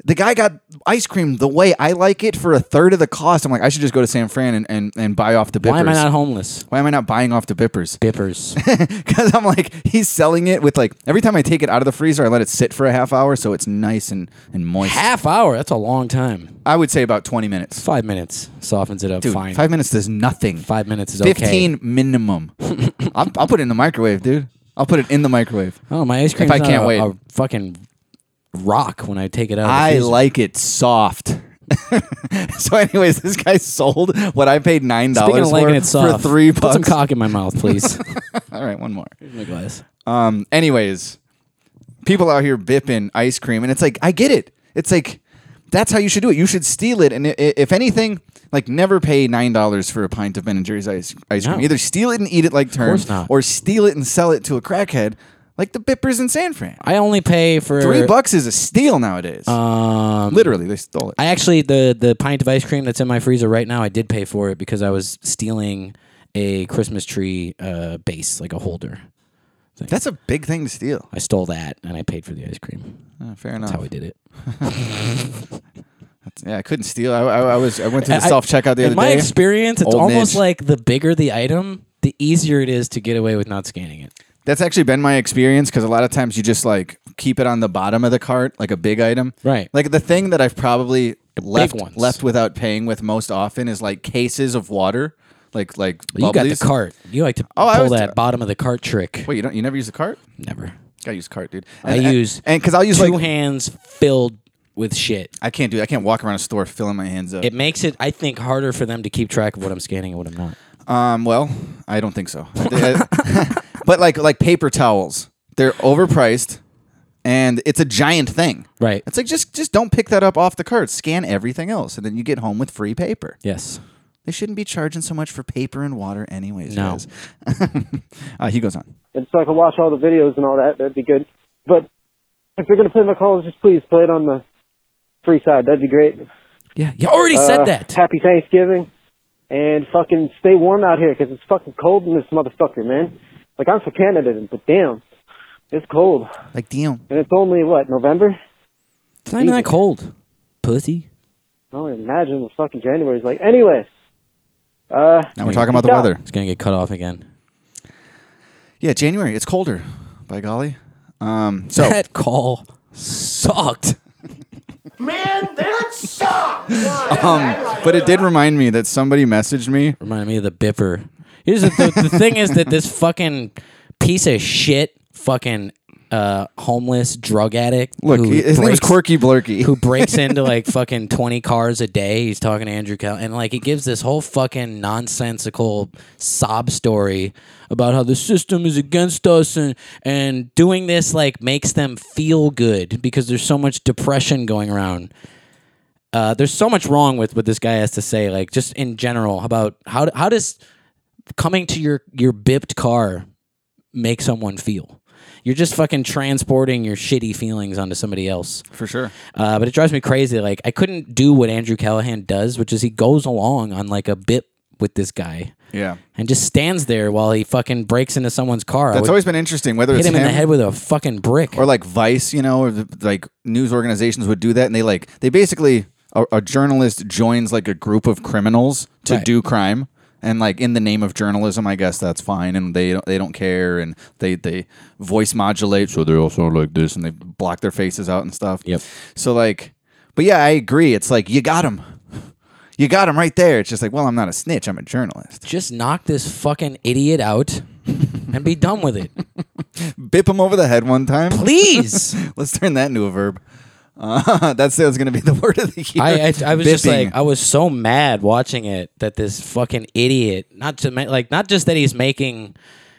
E: The guy got ice cream the way I like it for a third of the cost. I'm like, I should just go to San Fran and, and, and buy off the bippers.
C: Why am I not homeless?
E: Why am I not buying off the bippers?
C: Bippers.
E: Because I'm like, he's selling it with like every time I take it out of the freezer, I let it sit for a half hour so it's nice and, and moist.
C: Half hour. That's a long time.
E: I would say about 20 minutes.
C: Five minutes softens it up.
E: Dude,
C: fine.
E: five minutes does nothing.
C: Five minutes is
E: 15 minimum. I'll, I'll put it in the microwave, dude. I'll put it in the microwave.
C: Oh, my ice cream.
E: If I can't wait.
C: a fucking rock when I take it out. Of the
E: I
C: freezer.
E: like it soft. so, anyways, this guy sold what I paid nine
C: Speaking
E: dollars
C: of
E: for,
C: liking it soft,
E: for three
C: Put
E: bucks.
C: some cock in my mouth, please.
E: All right, one more.
C: my glass.
E: Um, anyways, people out here bipping ice cream, and it's like I get it. It's like that's how you should do it. You should steal it, and i- i- if anything, like never pay nine dollars for a pint of Ben and Jerry's ice ice cream.
C: No.
E: Either steal it and eat it like term,
C: course not.
E: or steal it and sell it to a crackhead, like the bippers in San Fran.
C: I only pay for
E: Three bucks is a steal nowadays.
C: Um,
E: Literally, they stole it.
C: I actually the the pint of ice cream that's in my freezer right now. I did pay for it because I was stealing a Christmas tree uh, base, like a holder.
E: That's a big thing to steal.
C: I stole that and I paid for the ice cream.
E: Uh, fair
C: That's
E: enough.
C: how we did it.
E: yeah, I couldn't steal. I, I, I was. I went to the
C: I-
E: self checkout the
C: in
E: other
C: my
E: day.
C: experience, it's
E: Old
C: almost
E: niche.
C: like the bigger the item, the easier it is to get away with not scanning it.
E: That's actually been my experience because a lot of times you just like keep it on the bottom of the cart, like a big item.
C: Right.
E: Like the thing that I've probably left
C: ones.
E: left without paying with most often is like cases of water, like like
C: You got the
E: bubblies.
C: cart. You like to
E: Oh, I
C: pull
E: was-
C: that bottom of the cart trick.
E: Wait, you don't you never use the cart?
C: Never.
E: Gotta use cart, dude.
C: I use
E: and because I'll use
C: two
E: like
C: hands filled with shit.
E: I can't do. I can't walk around a store filling my hands up.
C: It makes it, I think, harder for them to keep track of what I'm scanning and what I'm not.
E: um. Well, I don't think so. but like like paper towels, they're overpriced, and it's a giant thing.
C: Right.
E: It's like just just don't pick that up off the cart. Scan everything else, and then you get home with free paper.
C: Yes.
E: They shouldn't be charging so much for paper and water, anyways.
C: No.
E: guys. uh, he goes on.
J: And so I can watch all the videos and all that. That'd be good. But if you're gonna play my calls, just please play it on the free side. That'd be great.
C: Yeah. You already said
J: Uh,
C: that.
J: Happy Thanksgiving, and fucking stay warm out here 'cause it's fucking cold in this motherfucker, man. Like I'm from Canada, but damn, it's cold,
E: Like, damn.
J: and it's only what November.
C: It's not even that cold. Pussy.
J: I only imagine what fucking January's like. Anyway, uh,
E: Now we're talking about the
J: Yeah.
E: weather.
C: It's going to get cut off again.
E: Yeah, January. It's colder. By golly. Um. So
C: That call sucked.
E: um. But it did remind me that somebody messaged me.
C: Reminded me of the bipper. Here's the, the, the thing is that this fucking piece of shit, fucking uh, homeless drug addict.
E: Look,
C: who
E: he, his name is
C: breaks-
E: Quirky Blurky.
C: who breaks into like fucking 20 cars a day. He's talking to Andrew Cal and like he gives this whole fucking nonsensical sob story about how the system is against us and and doing this like makes them feel good because there's so much depression going around. Uh, there's so much wrong with what this guy has to say like just in general about how how does coming to your your bipped car make someone feel? You're just fucking transporting your shitty feelings onto somebody else.
E: for sure.
C: Uh, but it drives me crazy. Like I couldn't do what Andrew Callahan does, which is he goes along on like a bit with this guy.
E: Yeah.
C: And just stands there while he fucking breaks into someone's car. I
E: That's
C: would
E: always been interesting. Whether
C: hit
E: it's
C: him, in the head with a fucking brick,
E: or like Vice, you know, or the, like news organizations would do that, and they like they basically a, a journalist joins like a group of criminals to
C: Right.
E: do crime, and like in the name of journalism, I guess that's fine, and they don't, they don't care, and they they voice modulate, so they're also like this, and they block their faces out and stuff. Yep. So like, but yeah, I agree. It's like you got him. You got him right there. It's just like, well, I'm not a snitch. I'm a journalist.
C: Just knock this fucking idiot out and be done with it.
E: Bip him over the head one time.
C: Please.
E: Let's turn that into a verb. Uh, that's that's going to be the word of the year.
C: I, I, I was just
E: Bipping.
C: like I was so mad watching it that this fucking idiot not to ma- like not just that he's making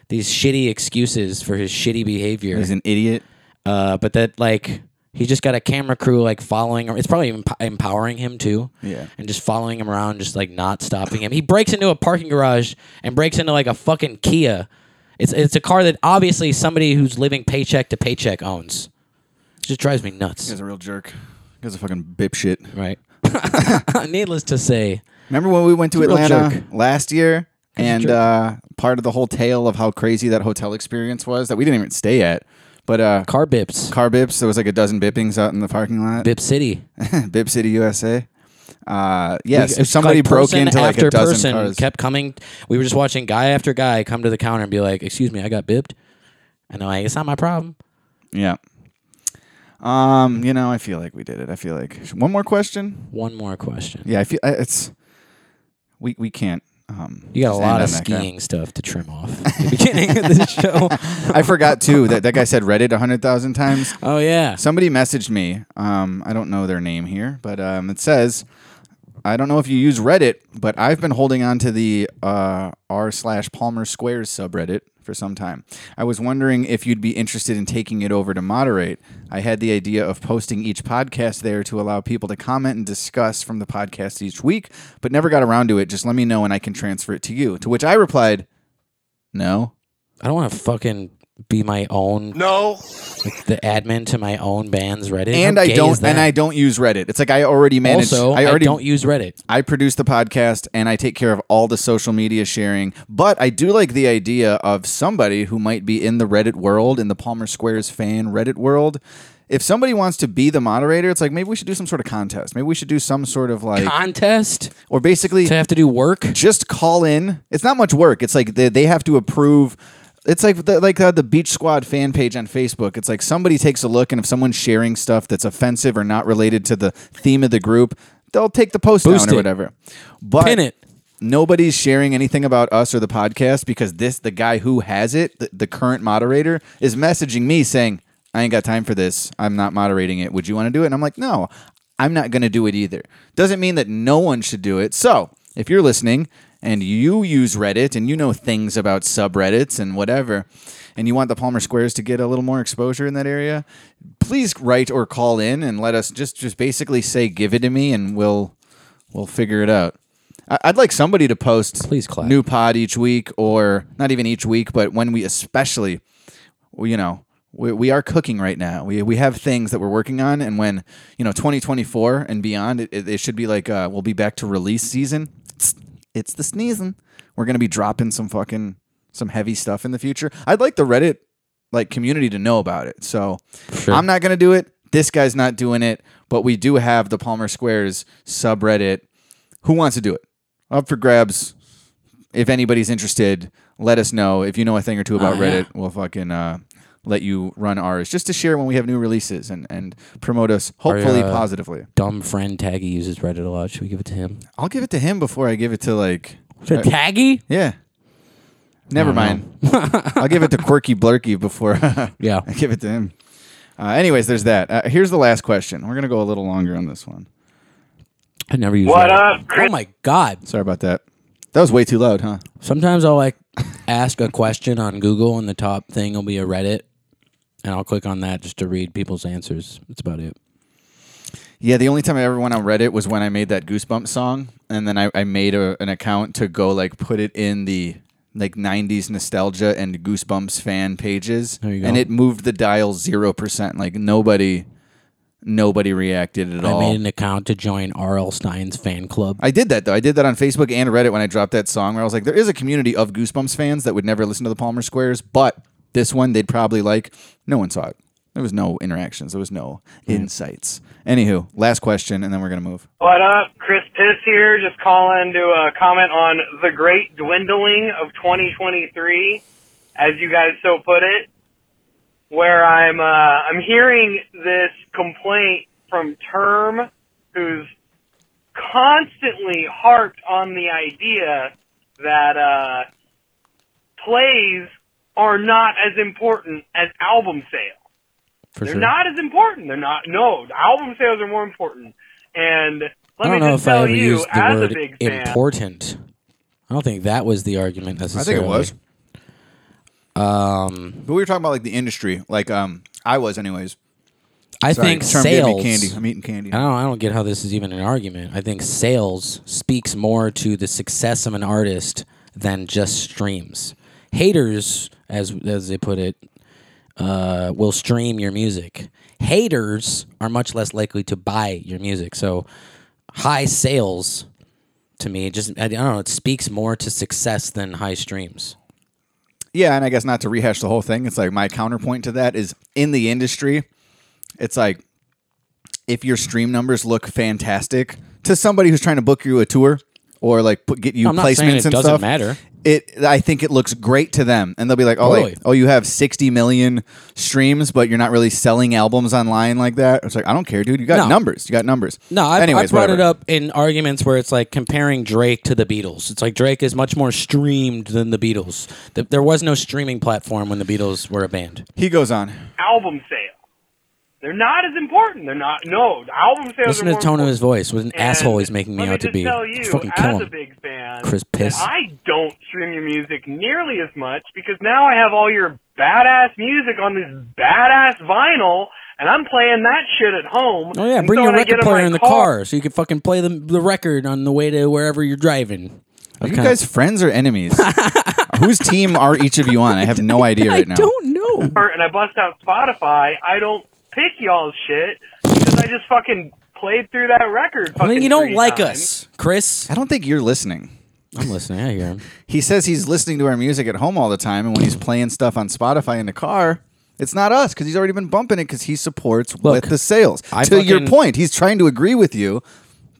C: these shitty excuses for his shitty behavior.
E: He's an idiot.
C: Uh, but that like he just got a camera crew like following him. It's probably emp- empowering him too.
E: Yeah.
C: And just following him around, just like not stopping him. He breaks into a parking garage and breaks into like a fucking Kia. It's it's a car that obviously somebody who's living paycheck to paycheck owns. It just drives me nuts.
E: He's a real jerk. He's a fucking bipshit.
C: Right. Needless to say,
E: Remember when we went to
C: He's a real
E: Atlanta
C: jerk.
E: last year,
C: He's a
E: and
C: jerk.
E: uh, part of the whole tale of how crazy that hotel experience was that we didn't even stay at, but uh,
C: car bips,
E: car bips. There was like a dozen bippings out in the parking lot.
C: Bip City.
E: Bip City, USA. Uh,
C: We-
E: yes,
C: it's
E: somebody
C: like
E: broke
C: person
E: into like
C: after
E: a dozen
C: person
E: cars.
C: Kept coming. We were just watching guy after guy come to the counter and be like, "Excuse me, I got bipped," and they're like, "It's not my problem."
E: yeah. Um, you know, I feel like we did it. I feel like one more question.
C: One more question.
E: Yeah, I feel I- it's we we can't. Um,
C: You got a
E: just end
C: lot of
E: on that guy.
C: skiing stuff to trim off. at the beginning of this show.
E: I forgot too that that guy said Reddit a hundred thousand times.
C: Oh yeah.
E: Somebody messaged me. Um, I don't know their name here, but um, it says, I don't know if you use Reddit, but I've been holding on to the uh, r slash Palmer Squares subreddit for some time. I was wondering if you'd be interested in taking it over to moderate. I had the idea of posting each podcast there to allow people to comment and discuss from the podcast each week, but never got around to it. Just let me know and I can transfer it to you. To which I replied, No.
C: I don't want to fucking be my own.
D: No.
C: like, the admin to my own band's Reddit.
E: and
C: How
E: I
C: gay is
E: don't
C: that?
E: and I don't use Reddit. It's like I already manage.
C: also
E: I already
C: don't use Reddit.
E: I produce the podcast and I take care of all the social media sharing, but I do like the idea of somebody who might be in the Reddit world, in the Palmer Squares fan Reddit world. If somebody wants to be the moderator, it's like maybe we should do some sort of contest. Maybe we should do some sort of like,
C: Contest
E: or basically
C: to have to do work.
E: just call in. It's not much work. It's like they, they have to approve. It's like the, like uh, the Beach Squad fan page on Facebook. It's like somebody takes a look, and if someone's sharing stuff that's offensive or not related to the theme of the group, they'll take the post
C: Boost
E: down or
C: it.
E: whatever. But
C: Pin it.
E: nobody's sharing anything about us or the podcast because this the guy who has it, the, the current moderator, is messaging me saying, "I ain't got time for this. I'm not moderating it. Would you want to do it?" And I'm like, "No, I'm not going to do it either." Doesn't mean that no one should do it. So if you're listening and you use Reddit and you know things about subreddits and whatever, and you want the Palmer Squares to get a little more exposure in that area, please write or call in and let us just just basically say, "Give it to me," and we'll we'll figure it out. I- I'd like somebody to post
C: Please clap.
E: new pod each week, or not even each week, but when we especially, well, you know, we, we are cooking right now. We we have things that we're working on, and when you know 2024 and beyond, it, it, it should be like uh, we'll be back to release season. It's, it's the sneezing. We're gonna be dropping some fucking some heavy stuff in the future. I'd like the Reddit like community to know about it. So
C: Sure.
E: I'm not gonna do it. This guy's not doing it, but we do have the Palmer Squares subreddit. Who wants to do it? Up for grabs. If anybody's interested, let us know. If you know a thing or two about
C: Oh, yeah.
E: Reddit, we'll fucking uh, let you run ours just to share when we have new releases and, and promote us hopefully
C: uh,
E: positively.
C: Dumb friend Taggy uses Reddit a lot. Should we give it to him?
E: I'll give it to him before I give it to like
C: To Taggy?
E: yeah. Never
C: Oh, no.
E: mind. I'll give it to Quirky Blurky before
C: Yeah.
E: I give it to him. Uh, anyways, there's that. Uh, here's the last question. We're gonna go a little longer on this one.
C: I never use
K: What
C: Reddit.
K: up, Chris?
C: Oh my god.
E: Sorry about that. That was way too loud, huh?
C: Sometimes I'll like ask a question on Google and the top thing will be a Reddit and I'll click on that just to read people's answers. That's about it.
E: Yeah, the only time I ever went on Reddit was when I made that Goosebumps song, and then I, I made a, an account to go like put it in the like '90s nostalgia and Goosebumps fan pages,
C: There you go.
E: and it moved the dial zero percent. Like nobody Nobody reacted at
C: I
E: all.
C: made an account to join R.L. Stein's fan club.
E: I did that though. I did that on Facebook and Reddit when I dropped that song where I was like, there is a community of Goosebumps fans that would never listen to the Palmer Squares, but this one they'd probably like. No one saw it. There was no interactions. There was no insights. Anywho, last question, and then we're gonna move.
J: What up? Chris Piss here, just calling to uh, comment on the great dwindling of 2023, as you guys so put it, where I'm uh, I'm hearing this complaint from Term, who's constantly harped on the idea that uh, plays are not as important as album sales.
C: For
J: They're
C: sure.
J: not as important. They're not. No, album sales are more important. And let
C: I
J: me
C: don't know if
J: just
C: I
J: tell
C: ever
J: you,
C: used the
J: as a
C: word
J: big fan,
C: important. I don't think that was the argument necessarily.
E: was.
C: Um,
E: But we were talking about like the industry, like um I was anyways.
C: I
E: Sorry,
C: think
E: Charm gave
C: sales.
E: me candy. I'm eating candy.
C: I don't. I don't get how this is even an argument. I think sales speaks more to the success of an artist than just streams. Haters, as as they put it, uh, will stream your music. Haters are much less likely to buy your music. So, high sales, to me, just I I don't know. It speaks more to success than high streams.
E: Yeah, and I guess not to rehash the whole thing, it's like my counterpoint to that is in the industry, it's like if your stream numbers look fantastic to somebody who's trying to book you a tour or like put, get you
C: I'm not
E: placements
C: saying it
E: and
C: doesn't
E: stuff,
C: matter.
E: It, I think it looks great to them, and they'll be like, "Oh,
C: Totally.
E: like, oh, you have 60 million streams, but you're not really selling albums online like that." It's like, I don't care, dude. You got
C: No.
E: numbers. You got numbers.
C: No, I,
E: Anyways,
C: I brought
E: whatever.
C: it up in arguments where it's like comparing Drake to the Beatles. It's like Drake is much more streamed than the Beatles. Th- there was no streaming platform when the Beatles were a band.
E: He goes on.
J: album sales, they're not as important. They're not. No, album sales
C: Listen
J: are
C: to the
J: more
C: tone of his voice. What an asshole he's making me
J: Let
C: out
J: me
C: to
J: just
C: be.
J: tell you,
C: Let's fucking
J: as
C: kill
J: a
C: him.
J: big fan,
C: Chris
J: that
C: Piss.
J: I don't stream your music nearly as much because now I have all your badass music on this badass vinyl, and I'm playing that shit at home.
C: Oh yeah,
J: And
C: bring
J: so
C: your
J: when I get
C: record player
J: my
C: in the car so you can fucking play the, the record on the way to wherever you're driving.
E: Are you guys friends or enemies? Whose team are each of you on? I have no idea right now.
C: know.
J: And I bust out Spotify. I don't pick y'all's shit because I just fucking played through that
E: I
J: record.
E: mean,
J: fucking
E: you don't
J: three
E: like
J: times.
E: us,
C: Chris.
E: I don't think you're listening.
C: I'm listening. I hear him.
E: He says he's listening to our music at home all the time, and when he's playing stuff on Spotify in the car, it's not us because he's already been bumping it because he supports with the sales.
C: I
E: to your
C: fucking-
E: point, he's trying to agree with you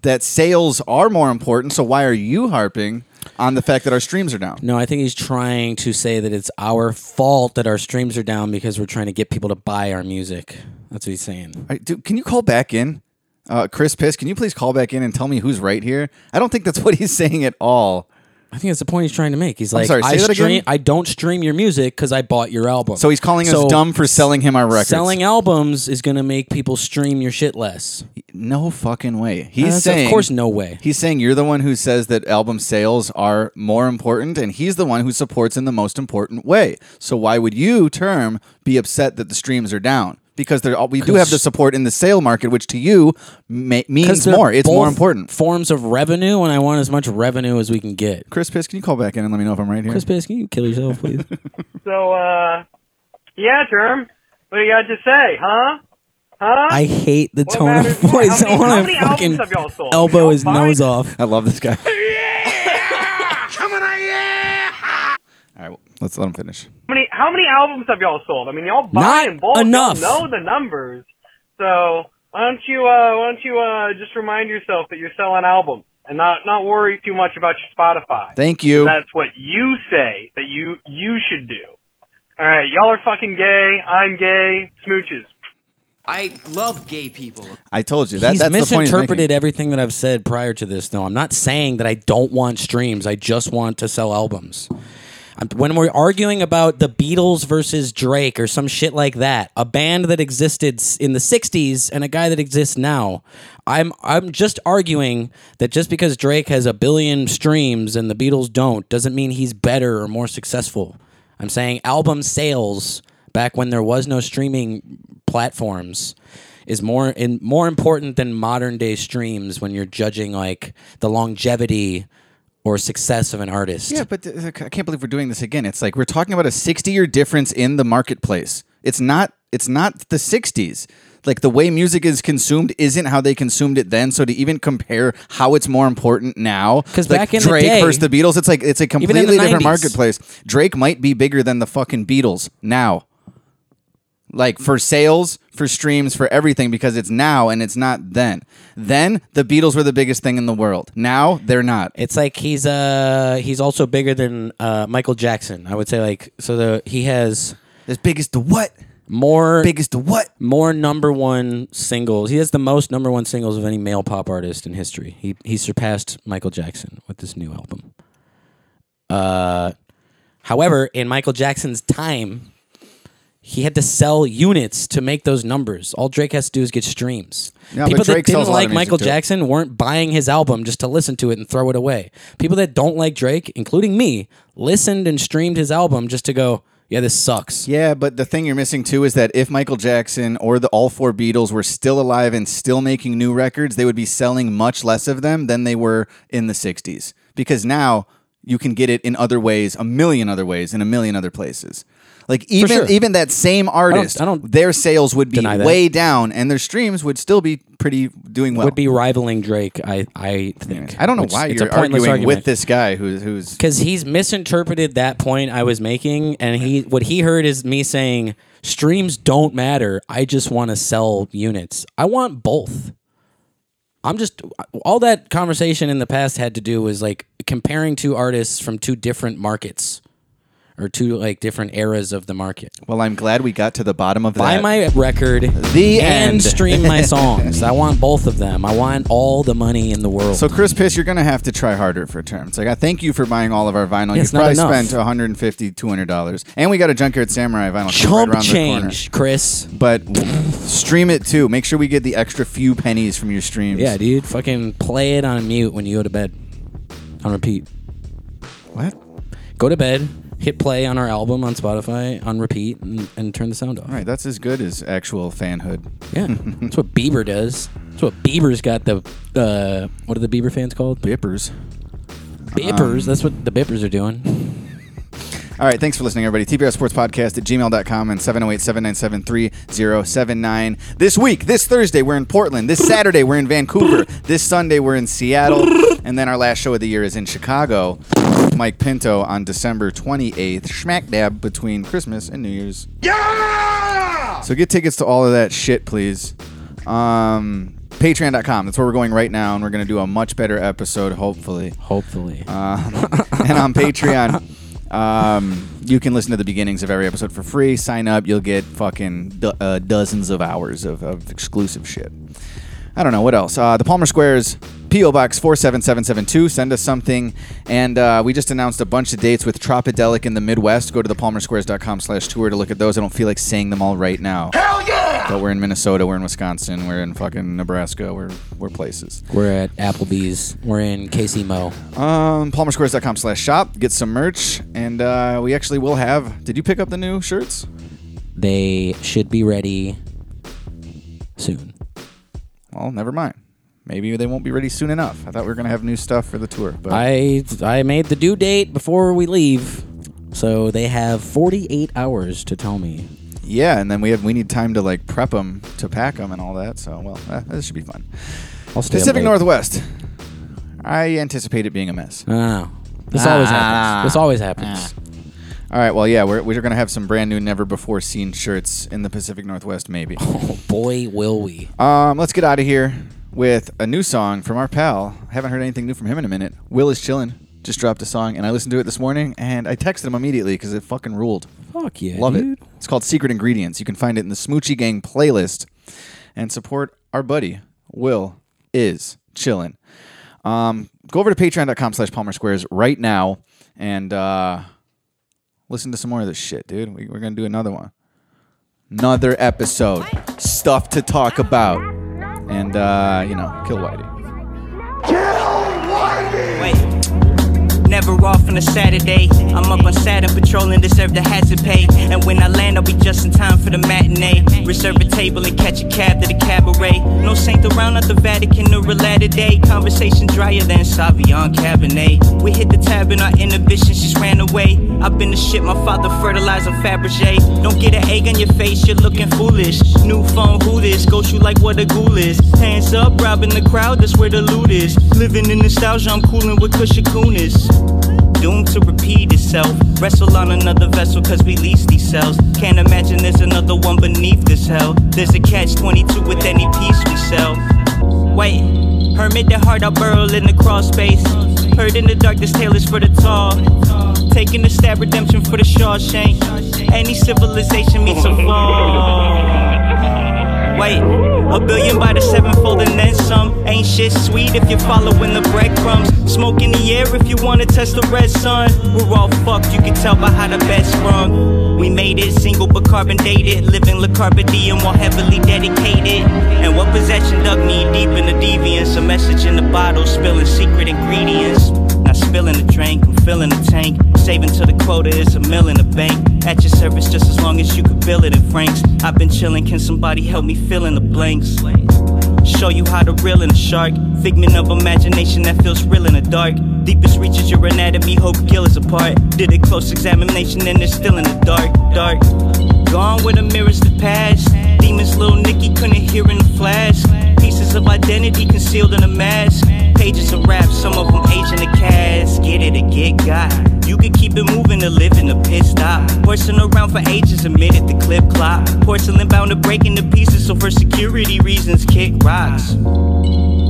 E: that sales are more important. So why are you harping on the fact that our streams are down?
C: No, I think he's trying to say that it's our fault that our streams are down because we're trying to get people to buy our music. That's what he's saying.
E: All right, dude, can you call back in? Uh, Chris Piss, can you please call back in and tell me who's right here? I don't think that's what he's saying at all.
C: I think that's the point he's trying to make. He's
E: I'm
C: like,
E: sorry, say
C: I
E: that
C: stream,
E: again?
C: I don't stream your music because I bought your album.
E: So he's calling
C: So
E: us dumb for selling him our records.
C: Selling albums is gonna make people stream your shit less.
E: No fucking way.
C: Uh,
E: He's
C: that's- of
E: saying,
C: course, no way.
E: He's saying you're the one who says that album sales are more important, and he's the one who supports in the most important way. So why would you, term, be upset that the streams are down? Because they're all, we do
C: 'Cause-
E: have the support in the sale market, which to you ma-
C: 'Cause
E: means
C: they're
E: more. It's more
C: both
E: important.
C: Forms of revenue, and I want as much revenue as we can get.
E: Chris Piss, can you call back in and let me know if I'm right here?
C: Chris Piss, can you kill yourself, please?
J: So, uh, yeah, Term, what do you got to say, huh? Huh?
C: I hate the
J: What
C: tone of
J: matters more?
C: voice. I
J: How many- how
C: want to
J: many
C: fucking
J: albums have y'all sold?
C: elbow his nose off.
E: I love this guy.
J: Coming at
E: All right, let's let him finish.
J: How many, how many albums have y'all sold? I mean, y'all buy
E: Not
J: in bulk.
E: enough.
J: Y'all know the numbers. So why don't you uh, why don't you uh, just remind yourself that you're selling albums and not not worry too much about your Spotify.
E: Thank you.
J: That's what you say that you you should do. All right, y'all are fucking gay. I'm gay. Smooches. I love gay people.
E: I told you that.
C: he's
E: that's the point he's making.
C: misinterpreted everything that I've said prior to this. Though I'm not saying that I don't want streams. I just want to sell albums. I'm- When we're arguing about the Beatles versus Drake or some shit like that, a band that existed s- in the '60s and a guy that exists now, I'm I'm just arguing that just because Drake has a billion streams and the Beatles don't doesn't mean he's better or more successful. I'm saying album sales back when there was no streaming platforms is more in more important than modern day streams when you're judging like the longevity or success of an artist.
E: Yeah, but th- I can't believe we're doing this again. It's like we're talking about a 60 year difference in the marketplace. It's not it's not the 60s. like the way music is consumed isn't how they consumed it then. So to even compare how it's more important now, because
C: back in the
E: Drake
C: day-
E: versus the Beatles, it's like it's a
C: Even in the
E: completely different
C: 90s.
E: marketplace. Drake might be bigger than the fucking Beatles now. Like for sales, for streams, for everything, because it's now and it's not then. Then the Beatles were the biggest thing in the world. Now they're not.
C: It's like he's uh he's also bigger than uh Michael Jackson. I would say like so the he has
E: as big as the what?
C: More
E: big as the what?
C: More number one singles. He has the most number one singles of any male pop artist in history. He he surpassed Michael Jackson with this new album. Uh however, in Michael Jackson's time, he had to sell units to make those numbers. All Drake has to do is get streams.
E: Yeah, but
C: People that
E: Drake sells
C: didn't
E: a lot of
C: like
E: music,
C: Michael
E: too.
C: Jackson weren't buying his album just to listen to it and throw it away. People that don't like Drake, including me, listened and streamed his album just to go, yeah, this sucks.
E: Yeah, but the thing you're missing too is that if Michael Jackson or the all four Beatles were still alive and still making new records, they would be selling much less of them than they were in the 60s because now you can get it in other ways, a million other ways in a million other places. Like even
C: sure.
E: even that same artist,
C: I
E: their sales would be
C: deny that.
E: way down and their streams would still be pretty doing well.
C: Would be rivaling Drake, I I think.
E: I don't know
C: Which-
E: why
C: it's a
E: you're
C: pointless
E: arguing
C: argument.
E: with this guy who's who's
C: because he's misinterpreted that point I was making, and he what he heard is me saying streams don't matter. I just want to sell units. I want both. I'm just all that conversation in the past had to do was like comparing two artists from two different markets or two like different eras of the market.
E: Well, I'm glad we got to the bottom of
C: Buy
E: that.
C: my record,
E: the
C: and
E: end.
C: stream my songs. I want both of them. I want all the money in the world.
E: So Chris Piss, you're gonna have to try harder for terms. Like I thank you for buying all of our vinyl.
C: Yeah,
E: you
C: it's not
E: probably
C: enough.
E: spent 150, 200 dollars, and we got a Junkyard Samurai vinyl shop
C: Chump
E: right around
C: change,
E: the corner.
C: Chris.
E: But stream it too. Make sure we get the extra few pennies from your streams.
C: Yeah, dude. Fucking play it on mute when you go to bed. On repeat.
E: What?
C: Go to bed, hit play on our album on Spotify on repeat, and, and turn the sound off.
E: All right, that's as good as actual fanhood.
C: Yeah, that's what Bieber does. That's what Bieber's got the uh, what are the Bieber fans called?
E: Bippers.
C: Bippers.
E: Um,
C: that's what the Bippers are doing.
E: All right, thanks for listening, everybody. TPR Sports Podcast at gmail.com and 708 797 3079. This week, this Thursday, we're in Portland. This Saturday, we're in Vancouver. This Sunday, we're in Seattle. And then our last show of the year is in Chicago with Mike Pinto on December 28th, smack dab between Christmas and New Year's. Yeah! So get tickets to all of that shit, please. Um, Patreon.com. That's where we're going right now, and we're going to do a much better episode, hopefully.
C: Hopefully.
E: Uh, and on Patreon, um, you can listen to the beginnings of every episode for free. Sign up, you'll get fucking do- uh, dozens of hours of, of exclusive shit. I don't know what else. Uh, the Palmer Squares PO Box four seven seven seven two. Send us something, and uh, we just announced a bunch of dates with Tropidelic in the Midwest. Go to thepalmersquares.com slash tour to look at those. I don't feel like saying them all right now. Hell yeah! But we're in Minnesota, we're in Wisconsin, we're in fucking Nebraska, we're we're places.
C: We're at Applebee's. We're in KC Mo.
E: Um, palmersquares.com slash shop. Get some merch. And uh, we actually will have. Did you pick up the new shirts?
C: They should be ready soon.
E: Well, never mind. Maybe they won't be ready soon enough. I thought we were going to have new stuff for the tour. But
C: I I made the due date before we leave, so they have 48 hours to tell me.
E: yeah, and then we have we need time to like prep them, to pack them, and all that. So well, eh, this should be fun.
C: I'll stay up
E: Pacific
C: late.
E: Northwest. I anticipate it being a mess.
C: No, no, no. This always happens. This always happens.
E: All right. Well, yeah, we're we're going to have some brand new, never before seen shirts in the Pacific Northwest. Maybe.
C: Oh boy, will we!
E: Um, let's get out of here with a new song from our pal. I haven't heard anything new from him in a minute. Will is chillin'. Just dropped a song, and I listened to it this morning, and I texted him immediately because it fucking ruled.
C: Fuck yeah,
E: love
C: dude.
E: it. It's called Secret Ingredients. You can find it in the Smoochie Gang playlist, and support our buddy Will is chillin'. Um, go over to Patreon.com/slash Palmer Squares right now, and uh, listen to some more of this shit, dude. We, we're gonna do another one another episode. Stuff to talk about. And, uh, you know, kill Whitey.
L: Wait. Never
J: never off on a Saturday. I'm up on Saturn patrol and deserve the hazard pay. And when I land, I'll be just in time for the matinee. Reserve a table and catch a cab to the cabaret. No saint around at the Vatican or a latter day. Conversation drier than Savion Cabernet. We hit the tab and our inhibitions just ran away. I've been the shit my father fertilizing Fabergé. Don't get an egg on your face, you're looking foolish. New phone, who this? Ghost you like what a ghoul is. Hands up, robbing the crowd, that's where the loot is. Living in nostalgia, I'm cooling with Kusha Kunis. Doomed to repeat itself. Wrestle on another vessel, cause we lease these cells. Can't imagine there's another one beneath this hell. There's a catch 22 with any piece we sell. Wait, hermit at heart, I burrow in the crawl space. Heard in the dark, this tale is for the tall. Taking a stab redemption for the Shawshank. Any civilization meets a fall. Wait, a billion by the sevenfold and then some. Ain't shit sweet if you're following the breadcrumbs. Smoke in the air if you wanna test the red sun. We're all fucked, you can tell by how the bed sprung. We made it single but carbon dated. Living La Carpe Diem while heavily dedicated. And what possession dug me deep in the deviance? A message in the bottle, spilling secret ingredients. Not spilling the drink, I'm filling the tank. Saving till the quota is a mill in the bank. At your service just as long as you could bill it in francs. I've been chilling, can somebody help me fill in the blanks? Show you how to reel in a shark. Figment of imagination that feels real in the dark. Deepest reaches your anatomy, hope gill is apart. Did a close examination and it's still in the dark, dark. Gone where the mirrors the past. Demons, little Nicky couldn't hear in the flash. Pieces of identity concealed in a mask. Pages of rap, some of them aging the cast. Get it or get got. You could keep it moving to live in a pit stop. Horsing around for ages, admitted the clip clock. Porcelain bound to break into pieces, so for security reasons, kick rocks.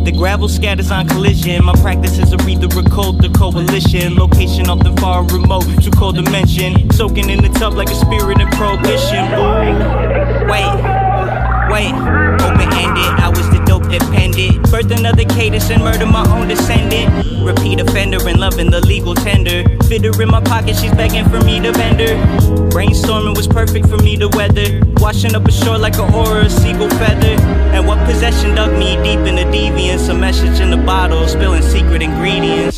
J: The gravel scatters on collision. My practices are either a code or coalition. Location often far remote, too cold to mention. Soaking in the tub like a spirit in prohibition. Wait, wait, open ended. I was the dope dependent. Birth another cadence and murder my own descendant. Repeat offender and loving the legal tender. Fit her in my pocket, she's begging for me to bend her. Brainstorming was perfect for me to weather. Washing up ashore like an aura, a seagull feather. And what possession dug me deep in the deviance? A message in the bottle, spilling secret ingredients.